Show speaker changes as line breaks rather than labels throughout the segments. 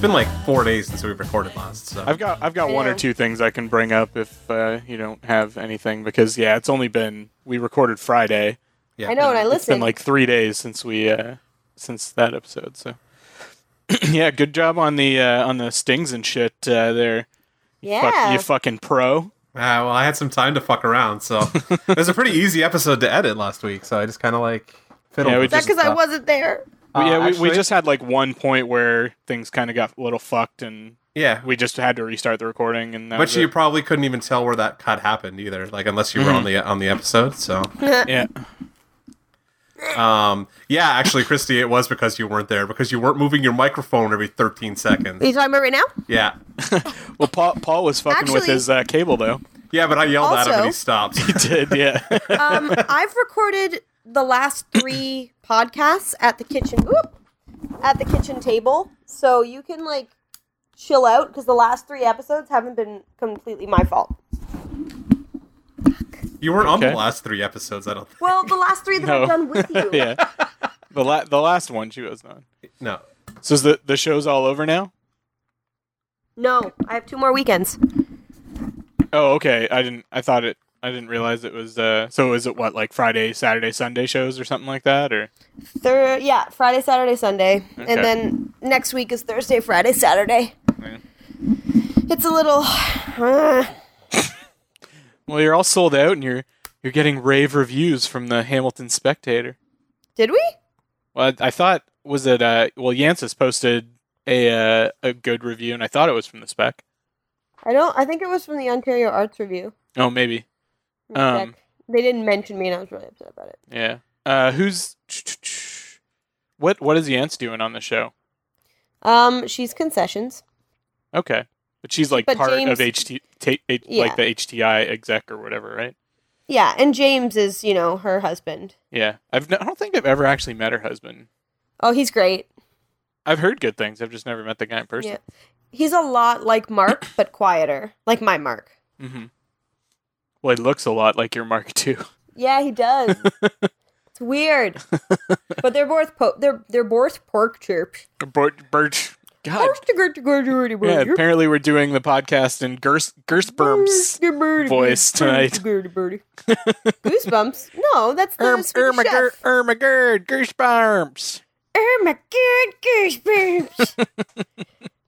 been like four days since we recorded last. So
I've got I've got one
Yeah.
or two things I can bring up if uh, you don't have anything because yeah, it's only been we recorded Friday.
yeah,
I know, and I
It's been
listened.
like three days since we uh, since that episode. So yeah, good job on the uh, on the stings and shit uh, there.
yeah.
Fuck, you fucking pro.
Uh, well, I had some time to fuck around, so it was a pretty easy episode to edit last week. So I just kind of like fiddled.
Yeah, we
with
Is that
just-
some
because I
stuff.
wasn't there?
Uh,
yeah, we, we
actually-
just had like one point where things kind of got a little fucked and
yeah.
we just had to restart the recording and that
But
was
you
it.
probably couldn't even tell where that cut happened either, like unless you were on
Mm-hmm.
the on the episode. So,
yeah.
um, yeah, actually, Christy, it was because you weren't there because you weren't moving your microphone every 13
Are
seconds.
you talking about right now?
Yeah,
Well, Paul, Paul was fucking with
Actually-
his uh, cable though.
yeah, but I yelled at him and
Also-
he stopped.
He did, yeah.
Um, I've recorded the last three podcasts at the kitchen. Whoop, at the kitchen table, so you can like chill out because the last three episodes haven't been completely my fault.
You weren't on the
Okay.
last three episodes. I don't. think.
Well, the last three that
No.
I've done with you.
yeah. The la- the last one she was on.
No.
So is the the show's all over now?
No, I have two more weekends.
Oh, okay. I didn't I thought it I didn't realize it was uh so is it what like Friday, Saturday, Sunday shows or something like that or
Thir- yeah, Friday, Saturday, Sunday,
Okay.
and then next week is Thursday, Friday, Saturday. It's a little. uh,
Well, you're all sold out and you're you're getting rave reviews from the Hamilton Spectator.
did we?
Well, I, I thought was it uh well Yancis posted a uh, a good review and I thought it was from the spec.
I don't. I think it was from the Ontario Arts Review.
Oh, maybe.
Let me
Um,
check. they didn't mention me, and I was really upset about it.
Yeah. Uh who's What what is Yance doing on the show?
Um, she's concessions.
Okay. But she's like
But
part of
James-
HT, ta- H-
Yeah.
like the HTI exec or whatever, right?
Yeah, and James is, you know, her husband.
Yeah. I've n- I don't think I've ever actually met her husband.
Oh, he's great.
I've heard good things. I've just never met the guy in person.
Yeah. He's a lot like Mark, but quieter, like my Mark.
hmm Well, he looks a lot like your Mark too.
Yeah, he does. it's weird, but they're both po- they're they're both pork chirps.
Bert, Bert, God. Yeah,
Yeah,
apparently we're doing the podcast in Gers, Gersperm's voice tonight.
Goosebumps? No, that's the
Erm,
Swedish
Ermagerd,
chef.
Ermagerd, Gersperms.
Irma Gerd Goosebumps.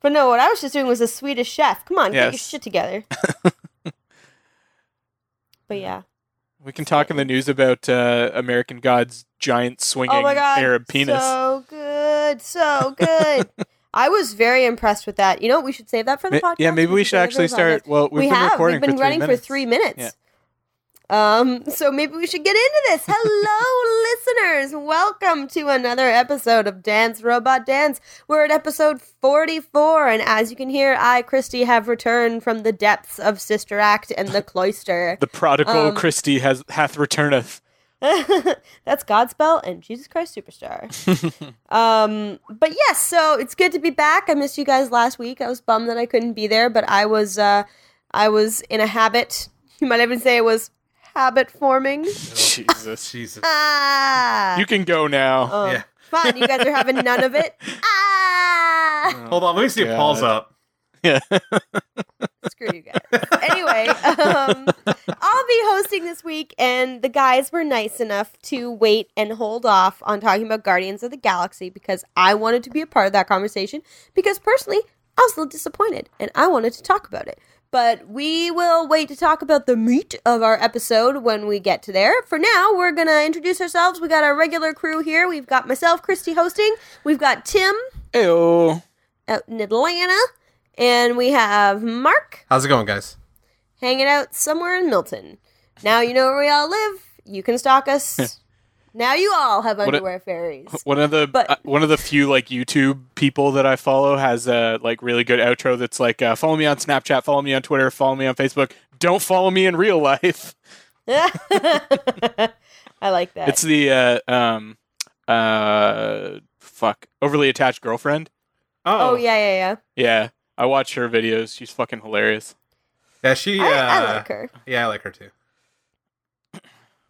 but no, what I was just doing was a Swedish chef. Come on, get your
Yes.
shit together. but yeah.
We can talk in the news about uh, American God's giant swinging
Oh my god.
Arab penis.
So good. So good. I was very impressed with that. You know, what? we should save that for the
Ma-
podcast.
yeah, maybe we should
save it for
actually
the podcast.
start. Well, we've
we
been
have.
recording
We've been
for three
running
minutes.
for three minutes. Um, so maybe we should get into this. Hello, listeners. Welcome to another episode of Dance Robot Dance. We're at episode 44, and as you can hear, I, Christy, have returned from the depths of Sister Act and the cloister.
The prodigal
Um,
Christie has hath returneth.
That's Godspell and Jesus Christ Superstar. um, but yes, so it's good to be back. I missed you guys last week. I was bummed that I couldn't be there, but I was uh, I was in a habit. You might even say it was habit forming.
Jesus,
Jesus.
Oh. Ah,
you can go now.
oh,
Yeah.
fun. You guys are having none of it. Ah,
Hold on. Let me see if Paul's
God.
up.
screw you guys. Anyway, um, I'll be hosting this week, and the guys were nice enough to wait and hold off on talking about Guardians of the Galaxy because I wanted to be a part of that conversation. Because personally, I was a little disappointed, and I wanted to talk about it. But we will wait to talk about the meat of our episode when we get to there. For now, we're gonna introduce ourselves. We got our regular crew here. We've got myself, Christy, hosting. We've got Tim
Ew.
out in Atlanta, and we have Mark
How's it going, guys?
hanging out somewhere in Milton. Now you know where we all live. You can stalk us. now you all have
a-
underwear fairies.
One of the
But-
uh, one of the few like YouTube people that I follow has a like really good outro that's like uh, follow me on Snapchat, follow me on Twitter, follow me on Facebook. Don't follow me in real life.
I like that.
It's the uh, um uh fuck overly attached girlfriend.
oh yeah, yeah, yeah.
Yeah, I watch her videos. She's fucking hilarious.
Yeah, she. Uh,
I, I like her.
Yeah, I like her too.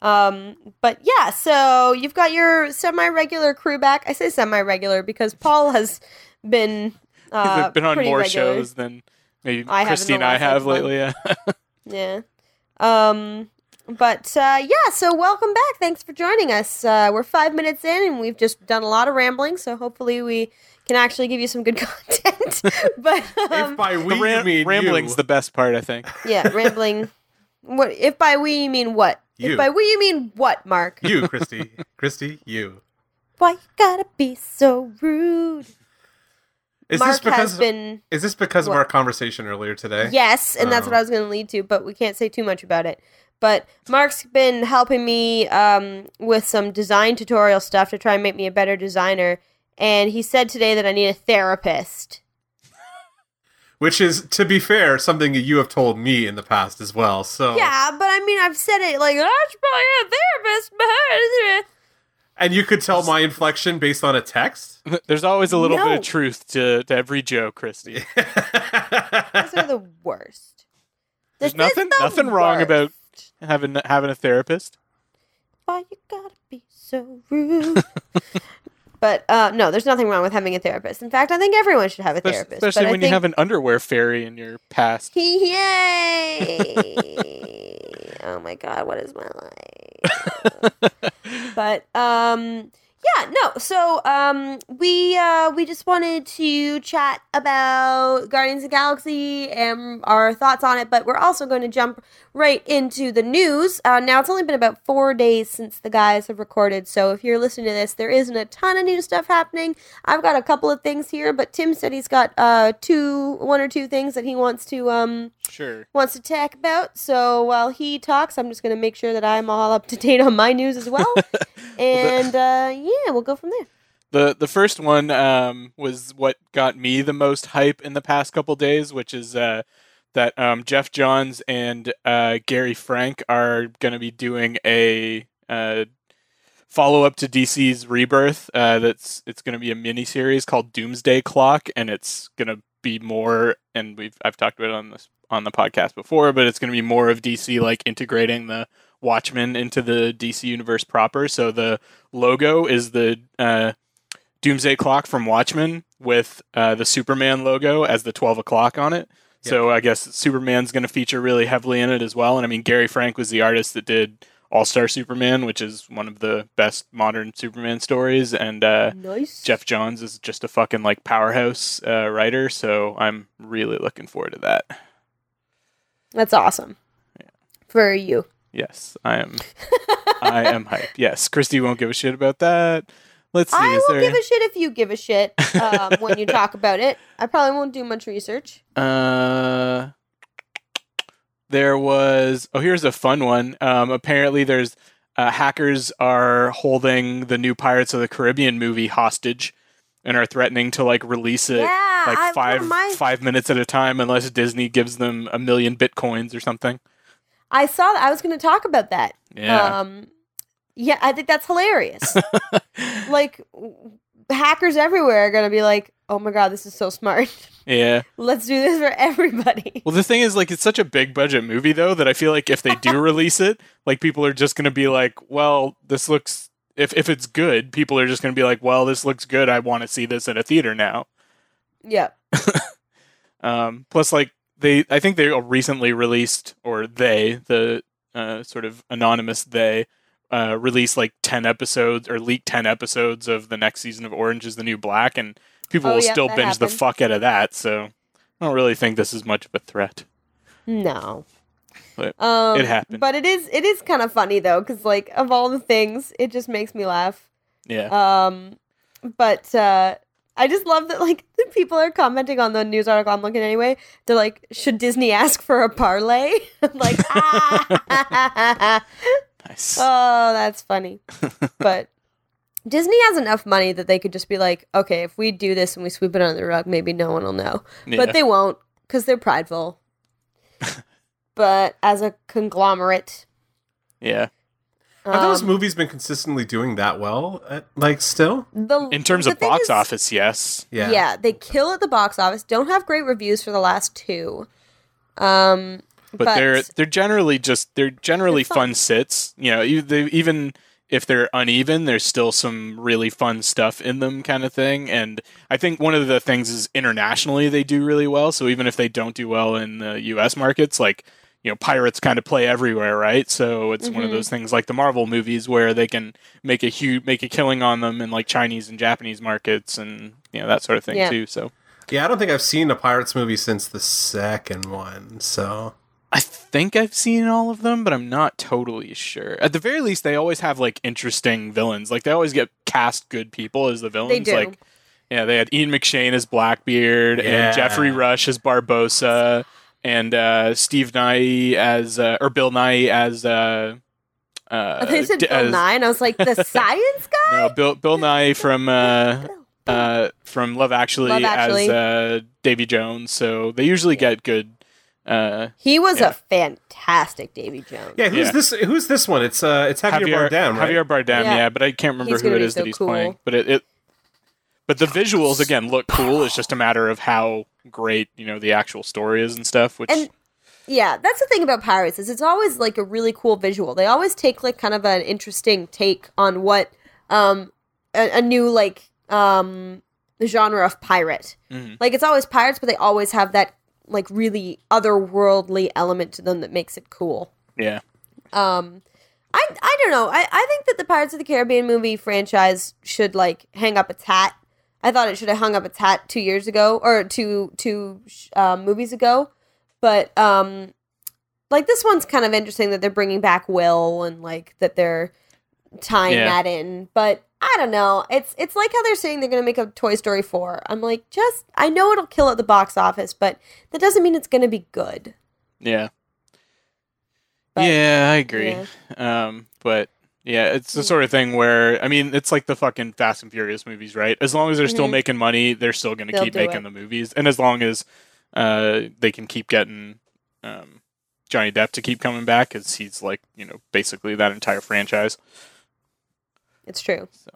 Um, but yeah, so you've got your semi-regular crew back. I say semi-regular because Paul has been Uh,
I've been on
pretty
more
regular.
shows than maybe
I have in the
Christy and I
last, like,
have
month.
lately. Yeah.
Yeah. Um, but uh, yeah, so welcome back. Thanks for joining us. Uh, we're five minutes in and we've just done a lot of rambling, so hopefully we can actually give you some good content. but
if
um,
by we
The ram-
you mean
rambling's
you,
the best part, I think.
yeah, rambling. What if by we you mean what?
You.
If by we you mean what, Mark?
you, Christy, Christy, you.
Why you gotta be so rude?
Is
Mark
this because
has been
is this because
What?
of our conversation earlier today?
Yes, and that's what
Oh.
I was going to lead to, but we can't say too much about it. But Mark's been helping me um, with some design tutorial stuff to try and make me a better designer, and he said today that I need a therapist.
Which is, to be fair, something that you have told me in the past as well.
Oh.
So
Yeah, but I mean, I've said it like I should probably get a therapist. but-"
and you could tell my inflection based on a text.
There's always a little bit
No.
of truth to, to every joke, Christy.
Those are the worst.
There's
This is
nothing-
the
nothing wrong about-
worst.
having having a therapist.
why you gotta be so rude. but uh, no, there's nothing wrong with having a therapist. In fact, I think everyone should have a
Espec-
therapist.
Especially
but
when
I think,
you have an underwear fairy in your past.
Yay! oh my god, what is my life? but um yeah, no. So um we uh we just wanted to chat about Guardians of the Galaxy and our thoughts on it, but we're also going to jump right into the news. Uh, now it's only been about 4 days since the guys have recorded. So if you're listening to this, there isn't a ton of new stuff happening. I've got a couple of things here, but Tim said he's got uh two one or two things that he wants to um
Sure.
wants to talk about. So while he talks, I'm just going to make sure that I'm all up to date on my news as well. and uh, yeah, we'll go from there.
The the first one um, was what got me the most hype in the past couple days, which is uh, that um, Jeff Johns and uh, Gary Frank are going to be doing a uh, follow up to DC's Rebirth. Uh, that's it's going to be a mini series called Doomsday Clock, and it's going to be more. And we've I've talked about it on this on the podcast before, but it's going to be more of DC like integrating the Watchmen into the DC universe proper. So the logo is the uh, Doomsday Clock from Watchmen with uh, the Superman logo as the 12 o'clock on it. So I guess Superman's going to feature really heavily in it as well. And I mean, Gary Frank was the artist that did All Star Superman, which is one of the best modern Superman stories. And
Mm-hmm.
uh,
Nice.
Jeff Johns is just a fucking like powerhouse uh, writer. So I'm really looking forward to that.
That's awesome. For you.
Yes, I am. I am hyped. Yes, Christy won't give a shit about that. Let's see.
I
is
will
there-
give a shit if you give a shit um, when you talk about it. I probably won't do much research.
Uh, there was. Oh, here's a fun one. Um, apparently, there's uh, hackers are holding the new Pirates of the Caribbean movie hostage, and are threatening to like release it
yeah,
like
I- one of
five
my-
five minutes at a time unless Disney gives them a million bitcoins or something.
I saw that. I was going to talk about that.
Yeah.
Um, yeah, I think that's hilarious. like, w- hackers everywhere are going to be like, oh my God, this is so smart.
yeah.
Let's do this for everybody.
Well, the thing is, like, it's such a big budget movie, though, that I feel like if they do release it, like, people are just going to be like, well, this looks. If, if it's good, people are just going to be like, well, this looks good. I want to see this in a theater now.
Yeah.
Um, plus, like, they, I think they recently released, or they, the uh, sort of anonymous they, uh, released like 10 episodes or leaked 10 episodes of the next season of Orange is the New Black, and people
Oh,
will
yeah,
still
that
binge the
happened.
fuck out of that. So I don't really think this is much of a threat.
No.
But
um,
it happened.
But it is it is kind of funny though, because like of all the things, it just makes me laugh.
Yeah.
Um, but uh, I just love that like the people are commenting on the news article I'm looking at anyway. They're like, should Disney ask for a parlay? I'm like, ah,
nice.
oh, that's funny. But Disney has enough money that they could just be like, okay, if we do this and we sweep it under the rug, maybe no one will know.
Yeah.
but they won't because they're prideful. but as a conglomerate,
Yeah.
Have those
um,
movies been consistently doing that well? At, like still?
the,
In terms
the
of
thing
box
is-
office, yes.
Yeah.
yeah, they kill at the box office. Don't have great reviews for the last two. Um,
But, they're they're generally just they're generally
They're fun.
fun. sits. You know, you- they even if they're uneven, there's still some really fun stuff in them, kind of thing. And I think one of the things is internationally they do really well. So even if they don't do well in the U.S. markets, like you know, pirates kind of play everywhere, right? So it's one of
Mhm.
those things like the Marvel movies where they can make a huge make a killing on them in like Chinese and Japanese markets and you know that sort of thing
Yeah.
too. So
Yeah, I don't think I've seen a Pirates movie since the second one. So
I think I've seen all of them, but I'm not totally sure. At the very least, they always have like interesting villains. Like they always get cast good people as the villains.
They do.
Like yeah, they had Ian McShane as Blackbeard
Yeah.
and Jeffrey Rush as Barbosa and uh, Steve Nye as uh, or Bill Nye as uh, uh,
they said
d-
Bill
as-
Nye, and I was like, the science
No,
guy.
Bill Bill Nye from uh, uh, from Love Actually,
Love Actually.
as uh, Davy Jones. So they usually get good. Uh,
he was
yeah.
a fantastic Davy Jones.
yeah, who's
Yeah.
this? Who's this one? It's uh, it's Javier, Bardem, right?
Javier Bardem,
Yeah.
yeah. but I can't remember
He's
who
gonna
it
be
is
so
that he's
cool.
playing. But it, it, but the visuals again look cool. It's just a matter of how great you know the actual story is and stuff. Which
And- Yeah, that's the thing about pirates is it's always like a really cool visual. They always take like kind of an interesting take on what um a, a new like um genre of pirate.
Mhm.
Like it's always pirates, but they always have that like really otherworldly element to them that makes it cool.
yeah,
Um, I I don't know. I, I think that the Pirates of the Caribbean movie franchise should like hang up its hat. I thought it should have hung up its hat two years ago or two two sh- uh, movies ago, but um, like this one's kind of interesting that they're bringing back Will and like that they're tying
Yeah.
that in, but. I don't know. It's it's like how they're saying they're going to make a Toy Story 4. I'm like, just I know it'll kill at the box office, but that doesn't mean it's going to be good.
yeah,
But-
yeah. I agree.
Yeah.
Um, but yeah, it's the
Mm.
sort of thing where I mean, it's like the fucking Fast and Furious movies, right? As long as they're still
Mhm.
making money, they're still going to
They'll
keep
do
making
it.
the movies, and as long as uh, they can keep getting um, Johnny Depp to keep coming back, because he's like you know basically that entire franchise.
It's true.
So.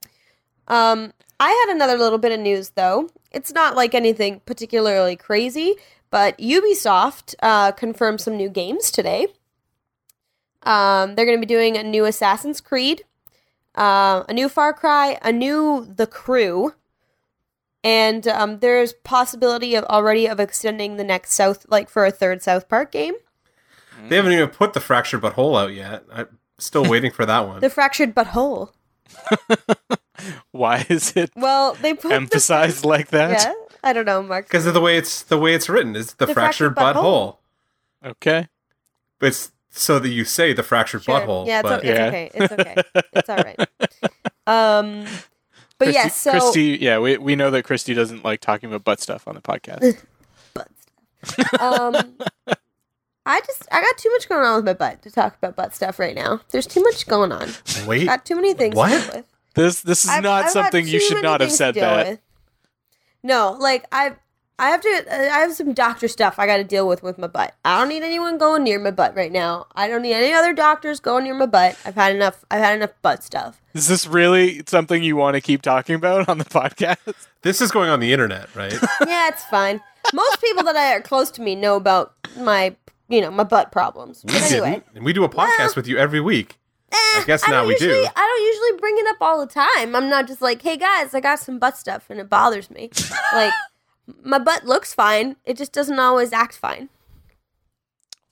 Um, I had another little bit of news though. It's not like anything particularly crazy, but Ubisoft uh, confirmed some new games today. Um, they're going to be doing a new Assassin's Creed, uh, a new Far Cry, a new The Crew, and um, there's possibility of already of extending the next South, like for a third South Park game.
They
Mm.
haven't even put the fractured butthole out yet. I'm still waiting for that one.
The Fractured Butthole.
Why is it
Well, they put the-
emphasized like
yeah.
that?
I don't know, Mark.
Because of the way it's the way it's written is the,
The
fractured,
fractured
butthole.
Okay.
It's so that you say the fractured
Sure.
butthole.
Yeah, it's,
but
o- it's
Yeah.
okay. It's okay. It's all right. Um, but
Christy,
yes, so
Christy, yeah, we, we know that Christy doesn't like talking about butt stuff on the podcast.
um, I just I got too much going on with my butt to talk about butt stuff right now. There's too much going on.
wait,
Got too many things. to
What?
deal with.
this this is
I've-
not
I've got
something you
too
should
many
not have
things to
said
deal
that.
with. No, like I, I have to. uh, I have some doctor stuff I got to deal with with my butt. I don't need anyone going near my butt right now. I don't need any other doctors going near my butt. I've had enough. I've had enough butt stuff.
Is this really something you want to keep talking about on the podcast?
this is going on the internet, right?
yeah, it's fine. Most people that I are close to me know about my, you know, my butt problems. But anyway, Eh,
and we do a podcast with you every week.
I
guess now
don't
we do.
usually, I don't usually bring it up all the time. I'm not just like, hey guys, I got some butt stuff and it bothers me. like, my butt looks fine. It just doesn't always act fine.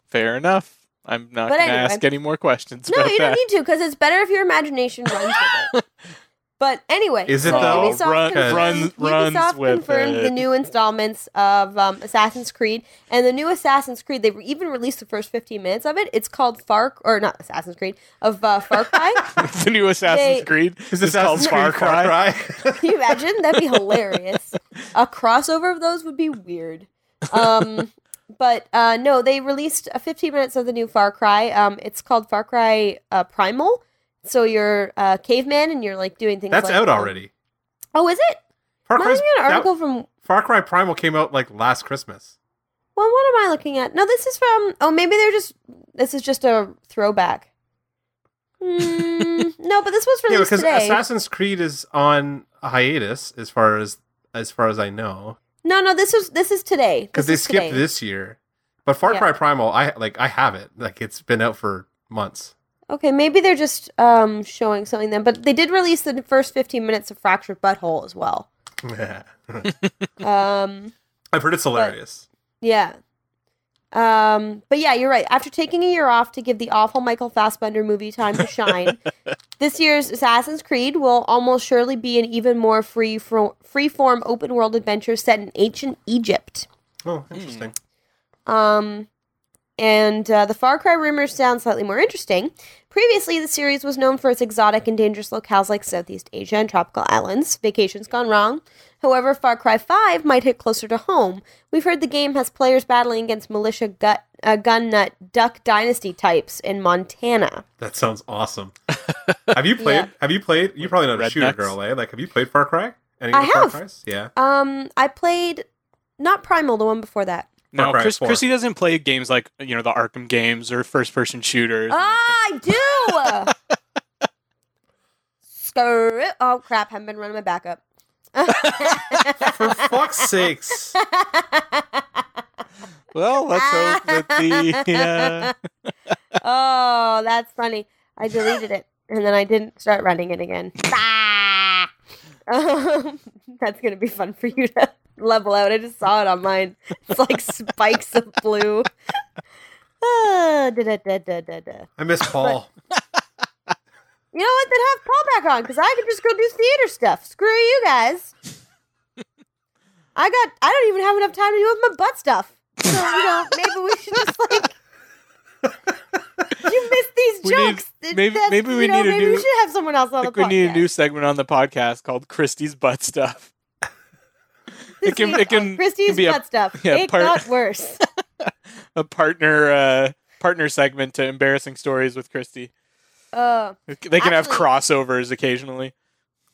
Fair enough. I'm not
But
going to
anyway.
ask any more questions
No,
about
you don't
that.
need to because it's better if your imagination runs with it. But anyway,
Is it
so
though?
Ubisoft
Run- uh,
confirmed,
run- runs
Ubisoft
with
confirmed the
it.
new installments of um, Assassin's Creed, and the new Assassin's Creed. They even released the first 15 minutes of it. It's called Far or not Assassin's Creed of uh, Far Cry. Can
the new Assassin's
They-
Creed
Is
is called Far Cry.
you imagine? That'd be hilarious. A crossover of those would be weird. Um, but uh, no, they released a 15 minutes of the new Far Cry. Um, it's called Far Cry uh, Primal. So you're a caveman and you're like doing things.
That's
like
out
that.
already.
Oh, is it?
Far
Am I
Cry's,
looking at an
that-
article from?
Far Cry Primal came out like last Christmas.
Well, what am I looking at? No, this is from. Oh, maybe they're just. This is just a throwback. Hmm, no, but this was
yeah,
released
because
today.
Assassin's Creed is on a hiatus as far as as far as I know,
no, no, this is this is today.
because they
This is
skipped
today.
this year. But Far
Yeah.
Cry Primal, I like I have it. Like it's been out for months.
Okay, maybe they're just um, showing something then, but they did release the first 15 minutes of Fractured Butthole as well. Um,
I've heard it's hilarious.
yeah. Um, but yeah, you're right. After taking a year off to give the awful Michael Fassbender movie time to shine, this year's Assassin's Creed will almost surely be an even more free fro- free-form open-world adventure set in ancient Egypt.
Oh, interesting.
Um, and uh, the Far Cry rumors sound slightly more interesting. Previously, the series was known for its exotic and dangerous locales like Southeast Asia and tropical islands. Vacations gone wrong. However, Far Cry 5 might hit closer to home. We've heard the game has players battling against militia gut, uh, gun nut duck dynasty types in Montana.
That sounds awesome. have you played?
Yeah.
Have you played? You probably not a
Rednecks?
shooter girl, eh? Like, have you played Far Cry? Any
I
of the Far
have.
Cries? Yeah.
Um, I played not Primal, the one before that.
No,
Far Cry
Chris,
4.
Chrissy doesn't play games like you know the Arkham games or first-person shooters.
Ah, I do. Screw. Oh crap! Haven't been running my back up.
For fuck's sakes!
well, let's hope that the uh,
oh, that's funny. I deleted it and then I didn't start running it again. Ah! Um, that's gonna be fun for you to level out. I just saw it online. It's like spikes of blue. Ah, da-da-da-da-da-da.
I miss Paul.
You know what? Then have Paul back on because I could just go do theater stuff. Screw you guys. I got. I don't even have enough time to do with my butt stuff. So you know, maybe we should just like. you missed these
We need-
jokes.
maybe-
That's-
maybe we
you know,
need a
maybe we
new-
should have someone else
I
on the
think we
podcast.
need a new segment on the podcast called Christie's butt stuff. it can-
This
it
week on
can-
Christie's
can be a-
butt stuff.
yeah,
it
part-
got worse.
A partner uh, partner segment to embarrassing stories with Christy.
Uh,
They can have
Actually-
crossovers occasionally.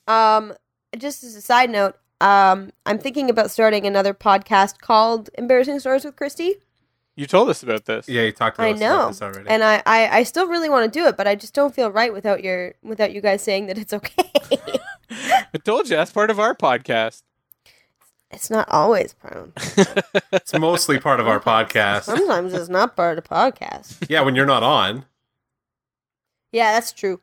Um, just as a side note, um, I'm thinking about starting another podcast called "Embarrassing Stories with Christy,"
You told us about this.
yeah, you talked to
I
us about
know.
this already.
and I, I, I still really want to do it, but I just don't feel right without your without you guys saying that it's okay.
I told you that's part of our podcast.
it's not always prone.
it's mostly part of our podcast.
Sometimes it's not part of the podcast.
Yeah, when you're not on.
Yeah, that's true.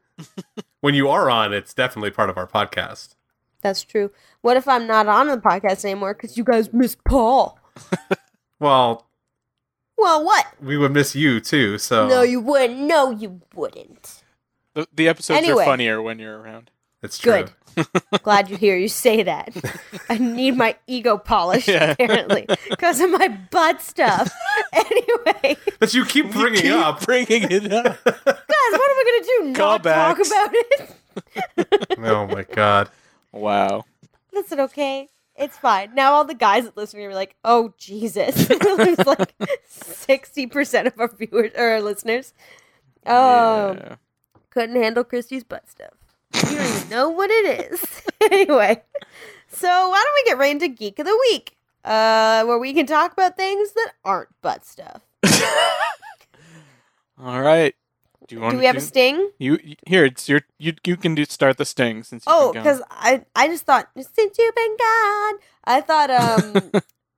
When you are on, it's definitely part of our podcast.
That's true. What if I'm not on the podcast anymore because you guys miss Paul?
Well,
Well, what?
we would miss you too. So
No, you wouldn't. No, you wouldn't.
The, the episodes
Anyway.
are funnier when you're around.
it's true.
Good. Glad you hear you say that. I need my ego polished
Yeah.
apparently because of my butt stuff. anyway,
That you keep bringing
Keep
up.
bringing it up.
guys, what am I gonna do? Not talk
Callbacks.
about it?
Oh my god.
wow.
Listen, okay, it's fine. Now all the guys that listen to me are like, "Oh Jesus!" It's like sixty percent of our viewers or our listeners. Oh,
Yeah.
couldn't handle Christie's butt stuff. You don't even know what it is. anyway, so why don't we get right into Geek of the Week, uh, where we can talk about things that aren't butt stuff.
All right. Do you want
Do we have a sting?
You you- here, it's your you. You can do start the sting since. You've
Oh,
been gone.
because I I just thought since you've been gone, I thought um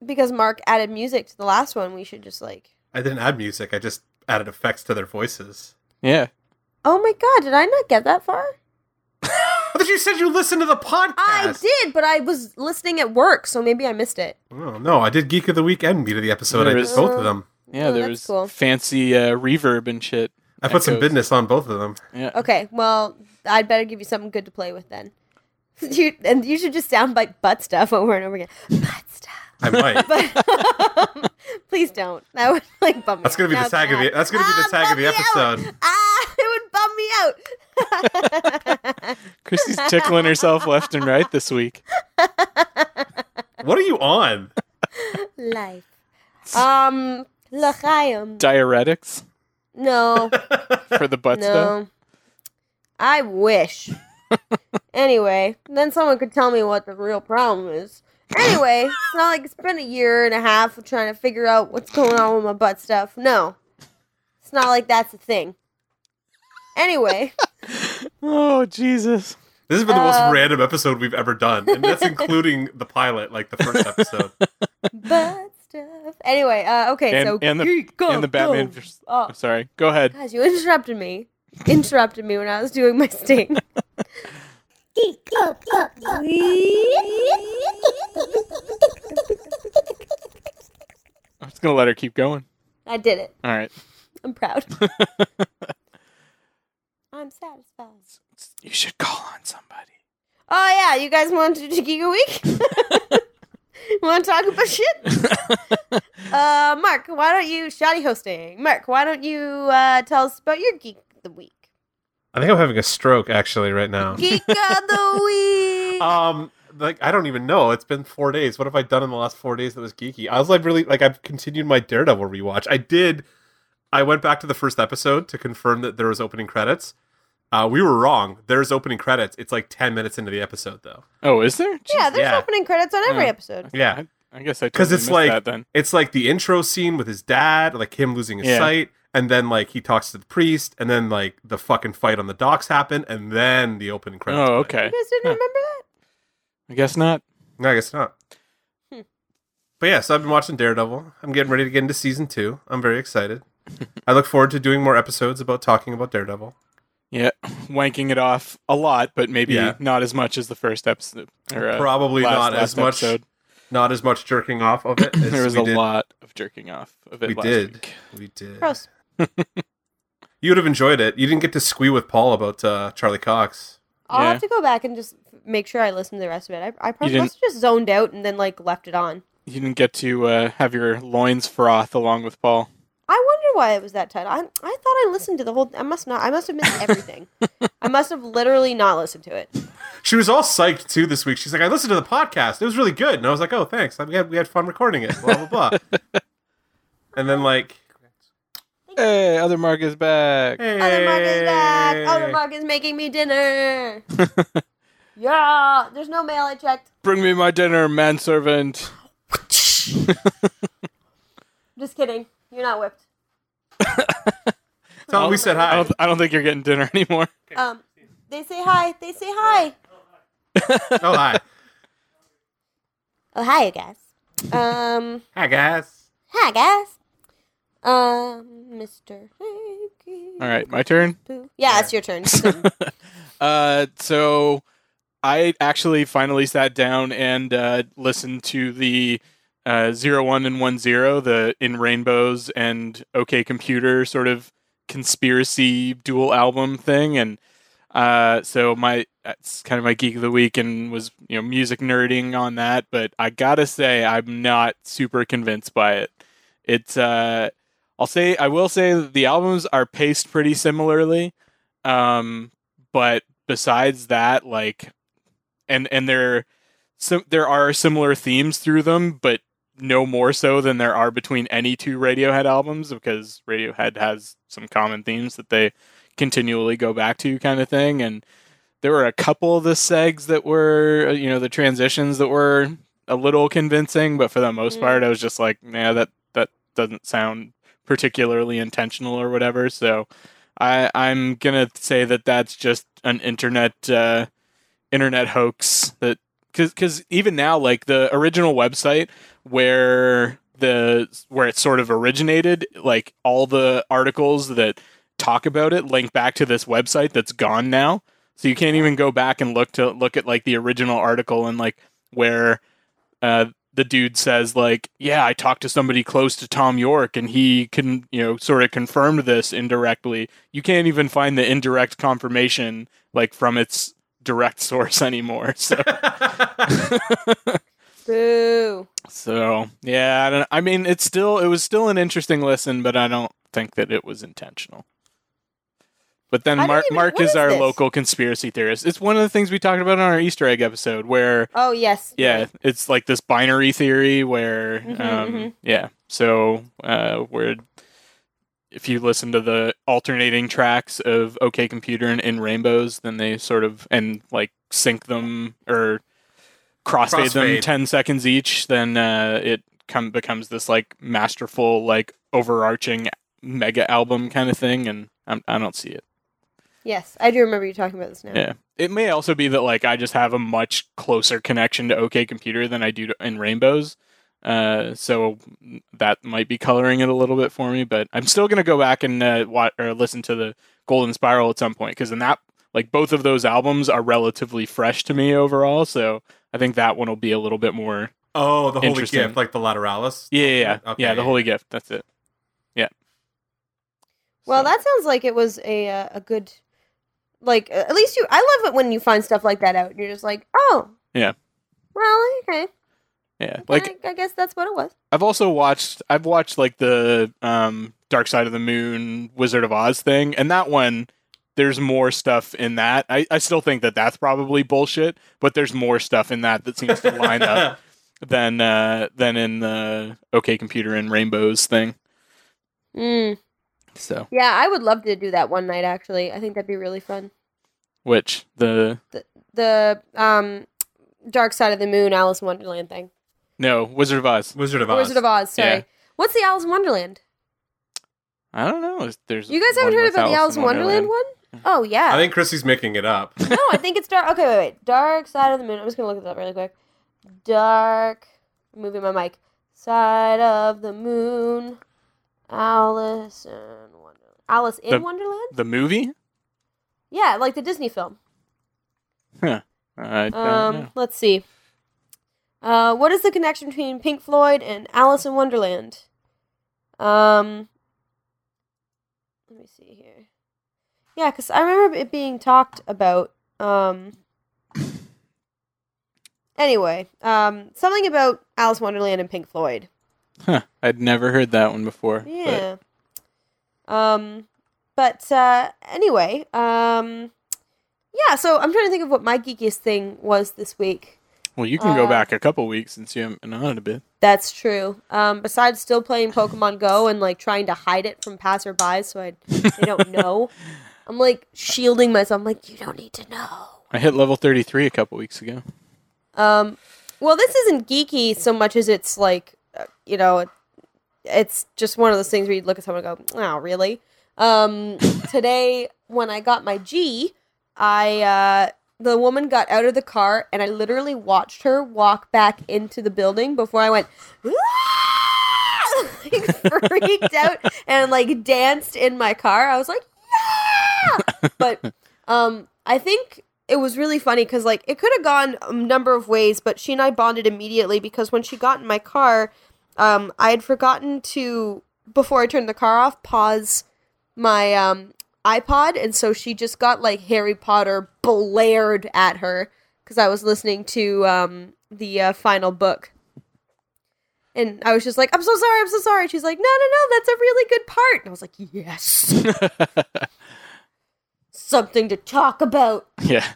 because Mark added music to the last one, we should just like
I didn't add music. I just added effects to their voices.
yeah,
oh my god, did I not get that far?
I thought Oh, you said you listened to the podcast.
I did, but I was listening at work, so maybe I missed it.
Oh no, I did Geek of the Week and Meat of the episode.
There
I did
is-
both of them.
yeah.
Oh,
there
that's
was
cool.
fancy uh, reverb and shit.
I put some
Echoes.
business on both of them.
Yeah.
Okay, well I'd better give you something good to play with then. You, and you should just soundbite butt stuff over and over again. Butt stuff,
I might.
but um, please don't. That would like bum me.
That's gonna be
out.
the
Now
tag of the.
it's
That's gonna be
bad.
the
Ah,
tag of the
bum me out.
episode.
Ah, it would bum me out.
Christy's tickling herself left and right this week.
What are you on?
life. Um, L'chaim.
Diuretics
No,
for the butt stuff.
no. I wish. anyway, then someone could tell me what the real problem is. Anyway, it's not like it's been a year and a half of trying to figure out what's going on with my butt stuff. No, it's not like that's a thing. Anyway,
Oh Jesus.
This has been the most
Uh,
Um,
random episode we've ever done, and that's including the pilot, like the first episode.
butt stuff. Anyway, uh, okay,
And-
so
and the-
geek
and the
of
Batman
the-
vers-
Oh,
I'm sorry. Go ahead.
guys, you interrupted me. interrupted me when I was doing my sting.
I'm just gonna let her keep going.
I did it.
All right.
I'm proud. I'm satisfied.
You should call on somebody.
Oh yeah, you guys want to do Giga Week? want to talk about shit? Uh, Mark, why don't you shoddy hosting? Mark, why don't you uh, tell us about your geek of the week?
I think I'm having a stroke actually right now.
Geek of the
Oh,
week.
Um, like I don't even know. It's been four days. What have I done in the last four days that was geeky? I was like really like I've continued my Daredevil rewatch. I did. I went back to the first episode to confirm that there was opening credits. Uh, we were wrong. There's opening credits. It's like ten minutes into the episode though.
Oh, is there? Jeez, Mm.
yeah, there's
yeah.
opening credits on every
Yeah.
episode.
Yeah,
I guess I
'Cause
totally
it's
missed
like-
that then.
it's like the intro scene with his dad, like him losing his
Yeah.
sight, and then like he talks to the priest, and then like the fucking fight on the docks happen, and then the opening credits.
Oh,
play.
okay.
You guys didn't
Huh.
remember that?
I guess not.
No, I guess not.
Hmm.
But yeah, so I've been watching Daredevil. I'm getting ready to get into season two. I'm very excited. I look forward to doing more episodes about talking about Daredevil.
Yeah, wanking it off a lot, but maybe
Yeah.
not as much as the first episode. Or, uh,
Probably
last-
not
last
as much,
episode.
not as much jerking off of it. as
There was
we
a
did-
lot of jerking off of it.
We
last
did.
Week.
We did.
Gross.
You would have enjoyed it. You didn't get to squee with Paul about uh, Charlie Cox.
I'll
Yeah.
have to go back and just make sure I listen to the rest of it. I, I probably
didn't-
must have just zoned out and then like left it on.
You didn't get to uh, have your loins froth along with Paul.
I wonder why it was that title. I, I thought I listened to the whole. I must not. I must have missed everything. I must have literally not listened to it.
She was all psyched too this week. She's like, I listened to the podcast. It was really good. And I was like, oh, thanks. We had, we had fun recording it. Blah, blah, blah. and then, like,
Hey, other Mark is back.
hey.
Other Mark is back. Other Mark is making me dinner. yeah. There's no mail. I checked.
Bring me my dinner, manservant.
Just kidding. You're not whipped.
Tell him Oh, we said hi.
I don't, I don't think you're getting dinner anymore.
Um. They say hi. They say hi.
Oh, hi.
Oh hi, you guys. Um.
Hi, guys.
hi, guys. Um. Mr. Hanky.
All right, my turn.
Poo. Yeah, it's your turn.
Uh, so I actually finally sat down and uh, listened to the uh, zero one and one zero, the in rainbows and OK Computer sort of conspiracy dual album thing, and uh, so my that's kind of my geek of the week, and was you know music nerding on that, but I gotta say I'm not super convinced by it. It's uh, I'll say I will say that the albums are paced pretty similarly. Um, but besides that like and and there some there are similar themes through them but no more so than there are between any two radiohead albums because radiohead has some common themes that they continually go back to kind of thing and there were a couple of the segs that were uh, you know the transitions that were a little convincing but for the most
Mm.
part i was just like nah that that doesn't sound particularly intentional or whatever so I, I'm gonna say that that's just an internet uh, internet hoax that because because even now like the original website where the where it sort of originated like all the articles that talk about it link back to this website that's gone now so you can't even go back and look to look at like the original article and like where uh, the dude says like yeah i talked to somebody close to tom york and he can you know sort of confirmed this indirectly you can't even find the indirect confirmation like from its direct source anymore so
Boo.
so yeah i don't i mean it's still it was still an interesting listen but i don't think that it was intentional but then
I don't
Mark,
even-
Mark
what
is
is
our
this?
local conspiracy theorist. It's one of the things we talked about on our Easter egg episode, where
Oh yes.
yeah it's like this binary theory where
Mhm,
um,
mhm.
yeah so uh, where if you listen to the alternating tracks of ok computer and in rainbows then they sort of and like sync them or crossfade, them
Crossfade.
10 seconds each then uh, it come becomes this like masterful like overarching mega album kind of thing and I'm, i don't see it
Yes, I do remember you talking about this now.
Yeah. it may also be that like I just have a much closer connection to OK Computer than I do to in Rainbows. Uh, so that might be coloring it a little bit for me, but I'm still gonna go back and uh, watch or listen to the Golden Spiral at some point because in that like both of those albums are relatively fresh to me overall. So I think that one will be a little bit more.
Oh, the Holy
Interesting.
Gift, like the Lateralis.
Yeah, yeah, yeah.
Okay,
yeah the
yeah,
Holy Gift. That's it. Yeah.
Well,
So-
that sounds like it was a uh, a good, like uh, at least you. I love it when you find stuff like that out. and You're just like, oh,
Yeah.
Well, okay.
yeah. Like
Like, I, I guess that's what it was.
I've also watched I've watched like the um Dark Side of the Moon Wizard of Oz thing and that one there's more stuff in that. I, I still think that that's probably bullshit, but there's more stuff in that that seems to line up than uh than in the OK Computer and Rainbows thing.
Mm.
So,
Yeah, I would love to do that one night. Actually, I think that'd be really fun.
which the
The um, Dark Side of the Moon, Alice in Wonderland thing.
no, Wizard of Oz.
Wizard of
Or
Oz.
Wizard of Oz. Sorry.
Yeah.
What's the Alice in Wonderland?
I don't know. There's
You guys haven't
one
heard
with
about the Alice in Wonderland, one? Oh yeah.
I think Chrissy's making it up.
no, I think it's dark. Okay, wait, wait. Dark side of the moon. I'm just gonna look it up really quick. Dark. I'm moving my mic. Side of the moon. Alice in Wonderland. Alice in
The-
Wonderland.
The movie?
Yeah, like the Disney film.
I don't know.
Um, let's see. Uh, what is the connection between Pink Floyd and Alice in Wonderland? Um, let me see here. Yeah, because I remember it being talked about. Um, anyway, um, something about Alice in Wonderland and Pink Floyd.
Huh, I'd never heard that one before. but-
Yeah. Um, but uh, anyway, um, yeah. So I'm trying to think of what my geekiest thing was this week.
well, you can go
Uh,
back a couple weeks since you haven't been on it a bit.
That's true. Um, besides still playing Pokemon Go and like trying to hide it from passersby so I they don't know. I'm like shielding myself. I'm like, you don't need to know.
I hit level 33 a couple weeks ago.
Um, well, this isn't geeky so much as it's like, uh, you know, it, it's just one of those things where you look at someone and go, "Wow, really?" Um, today, when I got my G, I uh, the woman got out of the car and I literally watched her walk back into the building before I went. "Ah!" like freaked out and like danced in my car. I was like, "Yeah!" But um, I think it was really funny because like it could have gone a number of ways, but she and I bonded immediately because when she got in my car, um, I had forgotten to before I turned the car off pause my um iPod, and so she just got like Harry Potter blared at her because I was listening to um the uh, final book. And I was just like, I'm so sorry, I'm so sorry. She's like, no, no, no, that's a really good part. And I was like, yes, something to talk about.
yeah.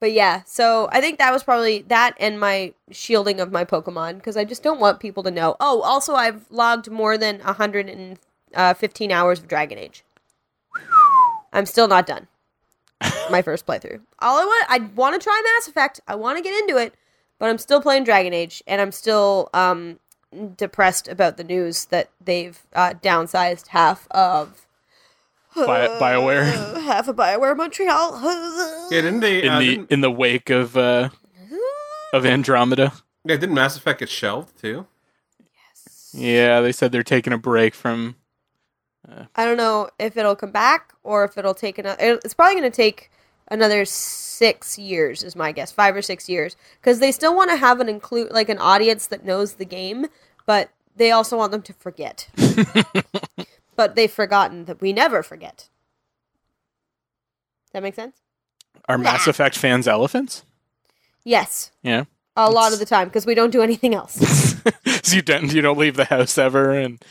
But yeah, so I think that was probably that and my shielding of my Pokemon because I just don't want people to know. Oh, also I've logged more than 115 uh, hours of Dragon Age. I'm still not done. My first playthrough. All I want I want to try Mass Effect. I want to get into it, but I'm still playing Dragon Age and I'm still um depressed about the news that they've uh, downsized half of
Bio- BioWare.
half of BioWare Montreal.
Yeah, didn't they?
In
uh,
the
didn't,
in the wake of uh of Andromeda.
yeah, didn't Mass Effect get shelved too?
Yeah, they said they're taking a break from
I don't know if it'll come back or if it'll take another. It's probably going to take another six years, is my guess, five or six years, because they still want to have an include like an audience that knows the game, but they also want them to forget. but they've forgotten that we never forget. That make sense?
our Mass Effect fans elephants.
Yes,
Yeah.
a lot of the time because we don't do anything else.
so you don't you don't leave the house ever and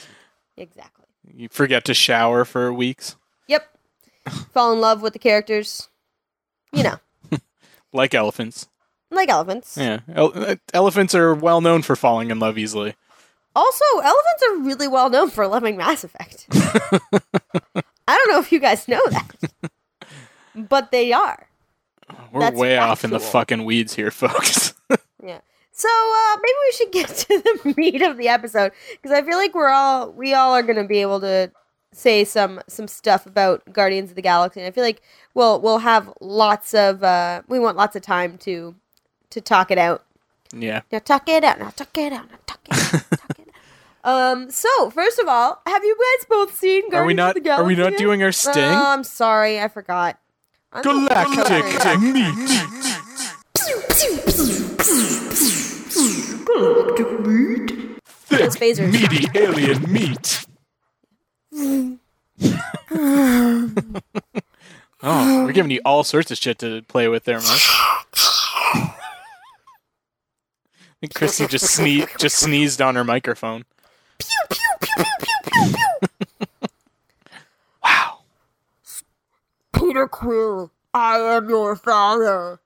exactly.
you forget to shower for weeks.
Yep. Fall in love with the characters. You know,
Like elephants.
like elephants.
Yeah. El- uh, elephants are well known for falling in love easily.
Also, elephants are really well known for loving Mass Effect. I don't know if you guys know that, but they are.
We're
That's
way off in the
factual.
fucking weeds here, folks.
Yeah. So uh, maybe we should get to the meat of the episode because I feel like we're all we all are going to be able to say some some stuff about Guardians of the Galaxy, and I feel like we'll we'll have lots of uh, we want lots of time to to talk it out.
Yeah.
Now tuck it out. Now tuck it out. Now tuck it out. now tuck it out. Um. So first of all, have you guys both seen Guardians
Are we
of
not?
the
Are
Galaxy?
we not
yet?
doing our sting?
Oh, I'm sorry, I forgot. I'm so sorry.
Galactic meat.
Those phasers.
Meaty alien meat. oh, we're giving you all sorts of shit to play with there, Mark. I think Christy just sneezed, just sneezed on her microphone. Wow.
Peter Quill, I am your father.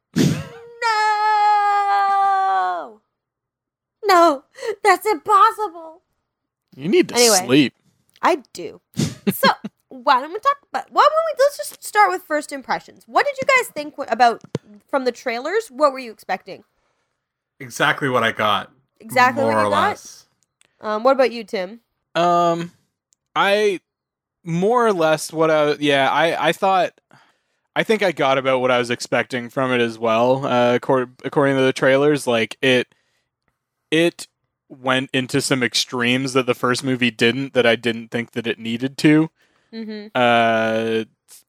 no, no, that's impossible.
You need to
Anyway.
sleep.
I do. So why don't we talk about? Why don't we? Let's just start with first impressions. What did you guys think wh- about from the trailers? What were you expecting?
Exactly what I got.
Exactly
More
what
or
you got.
less.
Um, what about you, Tim?
Um, I more or less what I yeah I I thought I think I got about what I was expecting from it as well. Uh, according, according to the trailers, like it it went into some extremes that the first movie didn't that I didn't think that it needed to.
Mm-hmm.
Uh,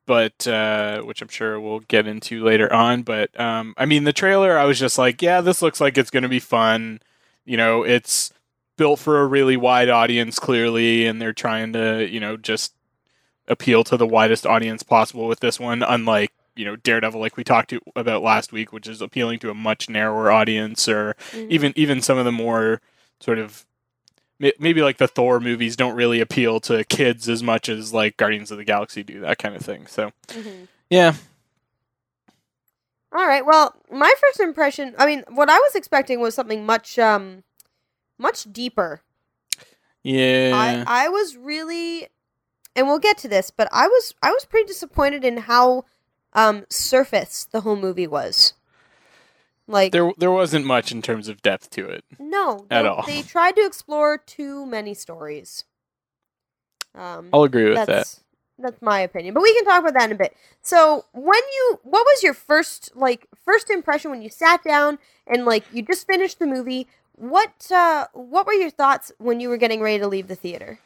but uh, which I'm sure we'll get into later on. But um, I mean, the trailer, I was just like, yeah, this looks like it's going to be fun. You know, it's built for a really wide audience, clearly, and they're trying to, you know, just appeal to the widest audience possible with this one. Unlike you know Daredevil, like we talked to about last week, which is appealing to a much narrower audience, or even even some of the more sort of may- maybe like the Thor movies don't really appeal to kids as much as like Guardians of the Galaxy do that kind of thing. So yeah,
mm-hmm. All right. Well, my first impression, I mean, what I was expecting was something much um much deeper.
yeah,
I I was really and we'll get to this, but I was I was pretty disappointed in how um surface the whole movie was. Like
there there wasn't much in terms of depth to it.
no,
at
they,
all.
they tried to explore too many stories. Um
I'll agree with that.
that's that's my opinion, but we can talk about that in a bit. So, when you, what was your first like first impression when you sat down and like you just finished the movie? What uh, what were your thoughts when you were getting ready to leave the theater?